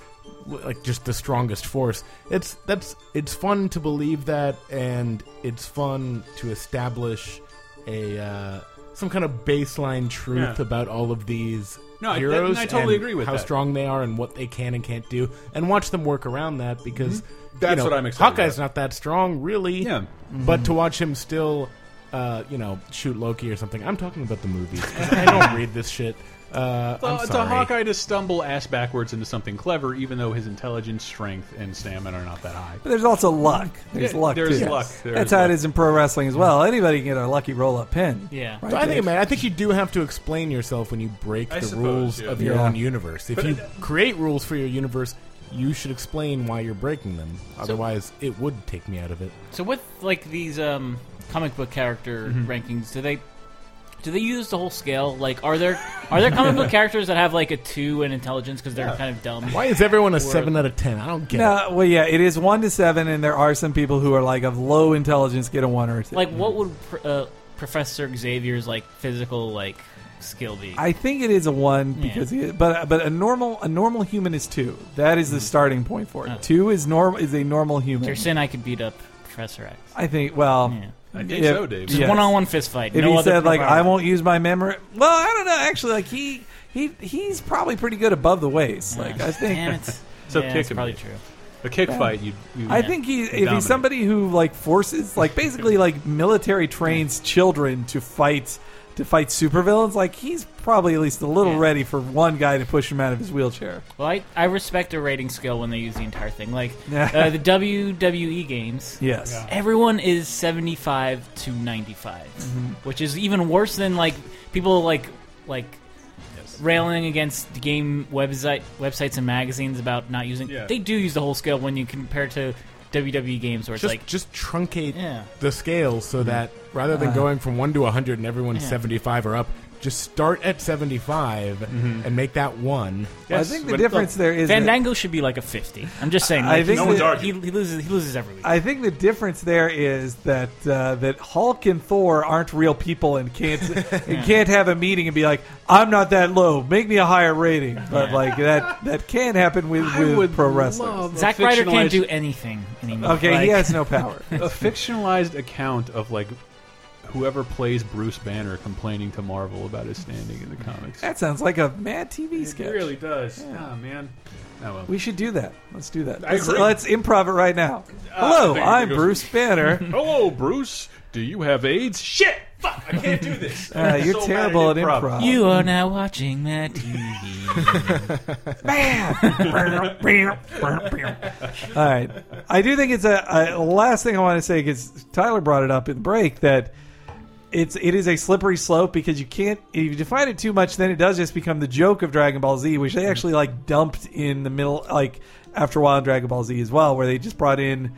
B: like just the strongest force. It's that's it's fun to believe that, and it's fun to establish a uh, some kind of baseline truth
C: Yeah.
B: about all of these
C: No, I- that-
B: heroes.
C: I totally
B: and
C: agree with
B: how
C: that.
B: strong they are and what they can and can't do, and watch them work around that because
C: Mhm. That's
B: you know,
C: what I'm excited
B: Hawkeye's not that strong, really.
C: Yeah.
B: but to watch him still. Uh, you know, shoot Loki or something. I'm talking about the movies. 'cause I don't read this shit. Uh,
C: So
B: I'm
C: it's a
B: sorry.
C: Hawkeye to stumble ass backwards into something clever, even though his intelligence, strength, and stamina are not that high.
A: But there's also luck. There's
C: Yeah,
A: luck.
C: there's
A: too.
C: luck. There
A: That's
C: is
A: how
C: luck.
A: it is in pro wrestling as well. Anybody can get a lucky roll up pin.
B: Yeah,
A: Right,
B: I think,
A: Dave?
B: man, I think you do have to explain yourself when you break
A: I
B: the
A: suppose,
B: rules
A: yeah.
B: of your
A: Yeah.
B: own universe. If
A: But
B: you
A: it-
B: create rules for your universe, you should explain why you're breaking them. Otherwise, it would take me out of it.
D: So with like these um, comic book character
A: Mm-hmm.
B: Mhm.
D: rankings, do they do they use the whole scale? Like, are there are there comic book characters that have like a two in intelligence because they're
B: Yeah.
D: kind of dumb?
B: Why is everyone
D: Or-
B: a seven out of ten? I don't get it.
A: No, well, yeah, it is one to seven, and there are some people who are like of low intelligence get a one or a two.
D: Like, what would pr- uh, Professor Xavier's like physical like skill be?
A: I think it is a one
D: Yeah.
A: because, he, but but a normal a normal human is two. That is the starting point for it.
D: Oh.
A: Two is normal is a normal human.
D: You're saying I could beat up Professor X.
A: I think. Well,
D: I think so, Dave. Just
A: Um, yes.
D: one-on-one fist fight,
A: If
D: no
A: he
D: other
A: said like,
D: program.
A: "I won't use my memory," well, I don't know. Actually, like he he he's probably pretty good above the waist. Like I think.
D: Damn it.
C: So
D: Yeah,
C: kick
D: that's
C: him.
D: probably
C: Dave.
D: true.
C: A kick
A: Yeah.
C: fight. You, you
A: I think he,
C: you
A: if
C: dominate.
A: he's somebody who like forces, like basically like military trains children to fight to fight supervillains, like he's probably at least a little ready for one guy to push him out of his wheelchair.
D: Well, I, I respect a rating scale when they use the entire thing. Like
A: Yeah.
D: uh, the WWE games.
A: Yes. Yeah.
D: Everyone is 75 to 95,
A: Mm-hmm.
D: which is even worse than like people like like railing against the game website websites and magazines about not using
B: Yeah.
D: They do use the whole scale when you compare to WWE games where it's
B: Just
D: like
B: just truncate
D: Yeah.
B: the scale so that rather than
D: Uh,
B: going from one to hundred and everyone's
D: yeah.
B: seventy five or up, just start at seventy
D: Mm-hmm.
B: and make that one.
A: Well, I think the difference there is that-
D: Fandango should be like a 50. I'm just saying.
A: I
D: Like,
A: think
D: he-
A: No one's
D: he, he loses he loses every week.
A: I think the difference there is that uh, that Hulk and Thor aren't real people and can't and can't have a meeting and be like, "I'm not that low. Make me a higher rating." But like that that can happen with, with pro wrestlers.
D: Zack Ryder can't do anything anymore.
A: Okay, he
D: Like-
A: has no power.
C: a fictionalized account of like whoever plays Bruce Banner complaining to Marvel about his standing in the comics.
A: That sounds like a Mad TV
C: It
A: sketch.
C: really does. Ah, man. Oh, well.
A: We should do that. Let's do that.
C: I
A: Let's,
C: agree. Uh,
A: let's improv it right now. Hello,
C: there
A: I'm
C: goes-
A: Bruce Banner.
C: Hello, Bruce. Do you have AIDS? Shit! Fuck! I can't do this.
A: Uh,
C: I'm
A: you're
C: so
A: terrible
C: bad
A: at improv.
D: You are now watching Mad TV.
A: All right. I do think it's a, a last thing I want to say because Tyler brought it up in break that it's it is a slippery slope because you can't if you define it too much then it does just become the joke of Dragon Ball Z which they actually like dumped in the middle like after a while in Dragon Ball Z as well where they just brought in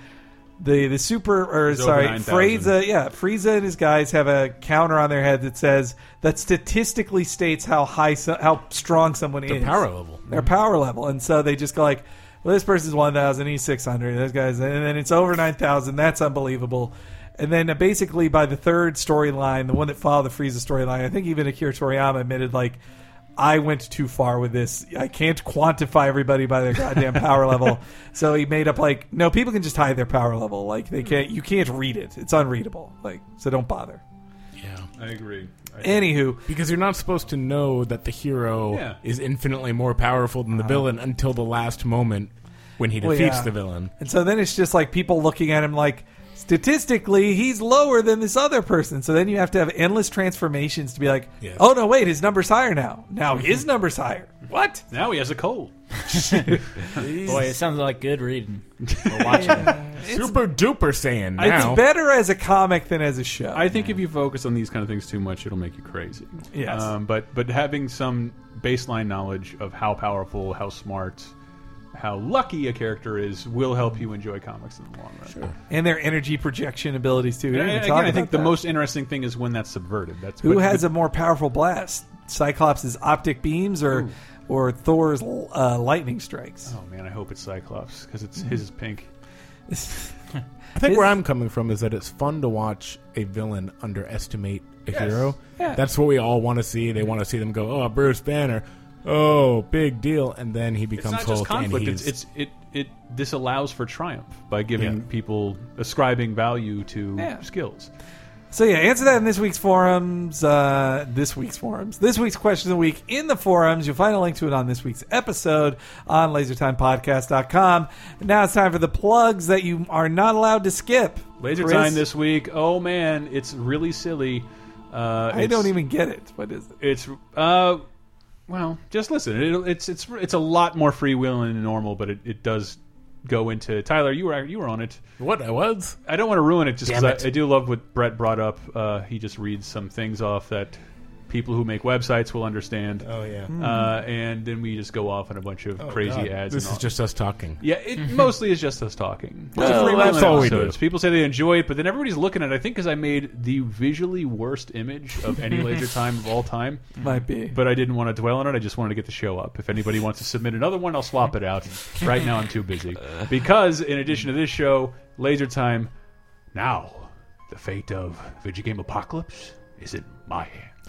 A: the the super or
C: It's over
A: sorry
C: 9,000.
A: Frieza yeah Frieza and his guys have a counter on their head that says that statistically states how high so, how strong someone
B: Their
A: is
B: power level.
A: their power level. And so they just go like, well, this person's 1,000, he's 600, this guy's, and then it's over 9,000. That's unbelievable. And then uh, basically by the third storyline, the one that followed the Frieza storyline, I think even Akira Toriyama admitted, like, I went too far with this. I can't quantify everybody by their goddamn power level. So he made up like, no, people can just hide their power level. Like they can't, you can't read it. It's unreadable. Like so, don't bother.
C: I agree. I
A: Anywho,
B: because you're not supposed to know that the hero
C: Yeah.
B: is infinitely more powerful than the villain until the last moment when he
A: Well,
B: defeats
A: yeah.
B: the villain.
A: And so then it's just like people looking at him like, statistically, he's lower than this other person. So then you have to have endless transformations to be like,
B: Yes.
A: oh no, wait, his number's higher now. Now
C: Mm-hmm.
A: his number's higher. What?
C: Now he has a cold.
D: Boy, it sounds like good reading. Or watching.
B: Super duper Saiyan now.
A: It's better as a comic than as a show.
C: I think if you focus on these kind of things too much, it'll make you crazy.
A: Yes.
C: Um, but but having some baseline knowledge of how powerful, how smart, how lucky a character is will help you enjoy comics in the long run. Sure.
A: and their energy projection abilities too. We didn't
C: And,
A: even
C: again,
A: talk
C: I
A: about
C: think the
A: that.
C: most interesting thing is when that's subverted. That's
A: Who
C: what-
A: has a more powerful blast? Cyclops' optic beams or or Thor's uh, lightning strikes?
C: Oh man, I hope it's Cyclops because
A: Mm-hmm.
C: it's his is pink.
B: I think
A: His-
B: where I'm coming from is that it's fun to watch a villain underestimate a hero.
A: Yeah.
B: That's what we all want to see. They want to see them go, oh, Bruce Banner, oh, big deal, and then he
C: It's
B: becomes
C: not
B: Hulk
C: just conflict.
B: and
C: It's,
B: he's
C: it's it it disallows for triumph by giving
B: Yeah.
C: people ascribing value to
A: Yeah.
C: skills.
A: So yeah, answer that in this week's forums. Uh, this week's forums. This week's question of the week in the forums. You'll find a link to it on this week's episode on LaserTimePodcast.com. And now it's time for the plugs that you are not allowed to skip.
C: Laser
A: Chris,
C: time this week. Oh man, it's really silly. Uh,
A: I
C: it's-
A: don't even get it. What is it?
C: It's uh, well, just listen. It, it's it's it's a lot more freewheeling than normal, but it, it does go into Tyler. You were you were on it.
B: what I was.
C: I don't want to ruin it just
B: Damn
C: because
B: it.
C: I, I do love what Brett brought up. Uh, he just reads some things off that people who make websites will understand.
B: Oh, yeah. Oh,
C: Uh, and then we just go off on a bunch of crazy ads.
B: This
C: and
B: is
C: all.
B: just us talking.
C: yeah. It mostly is just us talking.
B: Well,
C: It's a free
B: that's
C: run of
B: all we do.
C: episodes. People say they enjoy it, but then everybody's looking at. it, I think because I made the visually worst image of any laser time of all time.
A: Might be.
C: But I didn't want to dwell on it. I just wanted to get the show up. If anybody wants to submit another one, I'll swap it out. Right now, I'm too busy. Because, in addition to this show, Laser Time, now, the fate of Video Game Apocalypse is in my hands.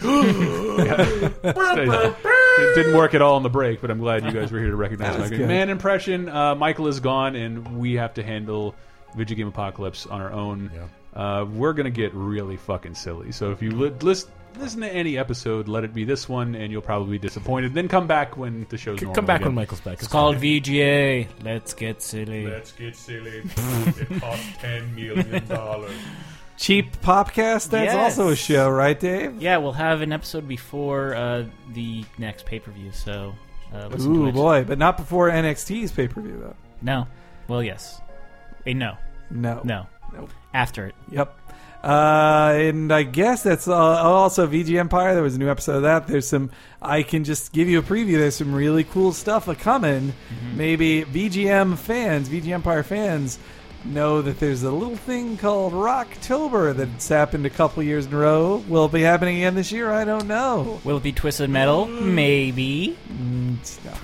C: Yeah. it didn't work at all on the break, but I'm glad you guys were here to recognize my
A: good.
C: good man impression. Uh, Michael is gone, and we have to handle Video Game Apocalypse on our own. Uh, we're gonna get really fucking silly. So if you li- list, listen to any episode, let it be this one, and you'll probably be disappointed. Then come back when the show's normal
B: Come back
C: again.
B: when Michael's back.
F: It's called VGA. Let's get silly.
C: get silly. it cost ten million dollars.
A: Cheap Popcast. That's
D: Yes.
A: also a show, right, Dave?
D: yeah, we'll have an episode before uh, the next pay per view, so uh, listen to
A: Ooh
D: it.
A: boy, but not before NXT's pay per view though.
D: No. Well, yes. Wait, no.
A: No.
D: No.
A: Nope.
D: After it.
A: Yep. Uh, and I guess that's uh, also VG Empire. There was a new episode of that. There's some. I can just give you a preview. There's some really cool stuff a coming. Maybe VGM fans, VG Empire fans, know that there's a little thing called Rocktober that's happened a couple years in a row. Will it be happening again this year? I don't know.
D: Will it be Twisted Metal? Maybe.
A: Mm, it's not.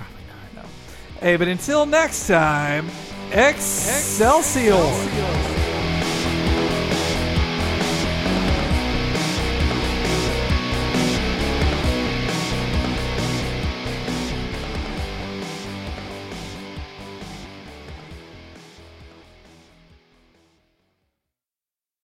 A: Hey, but until next time, Excelsior.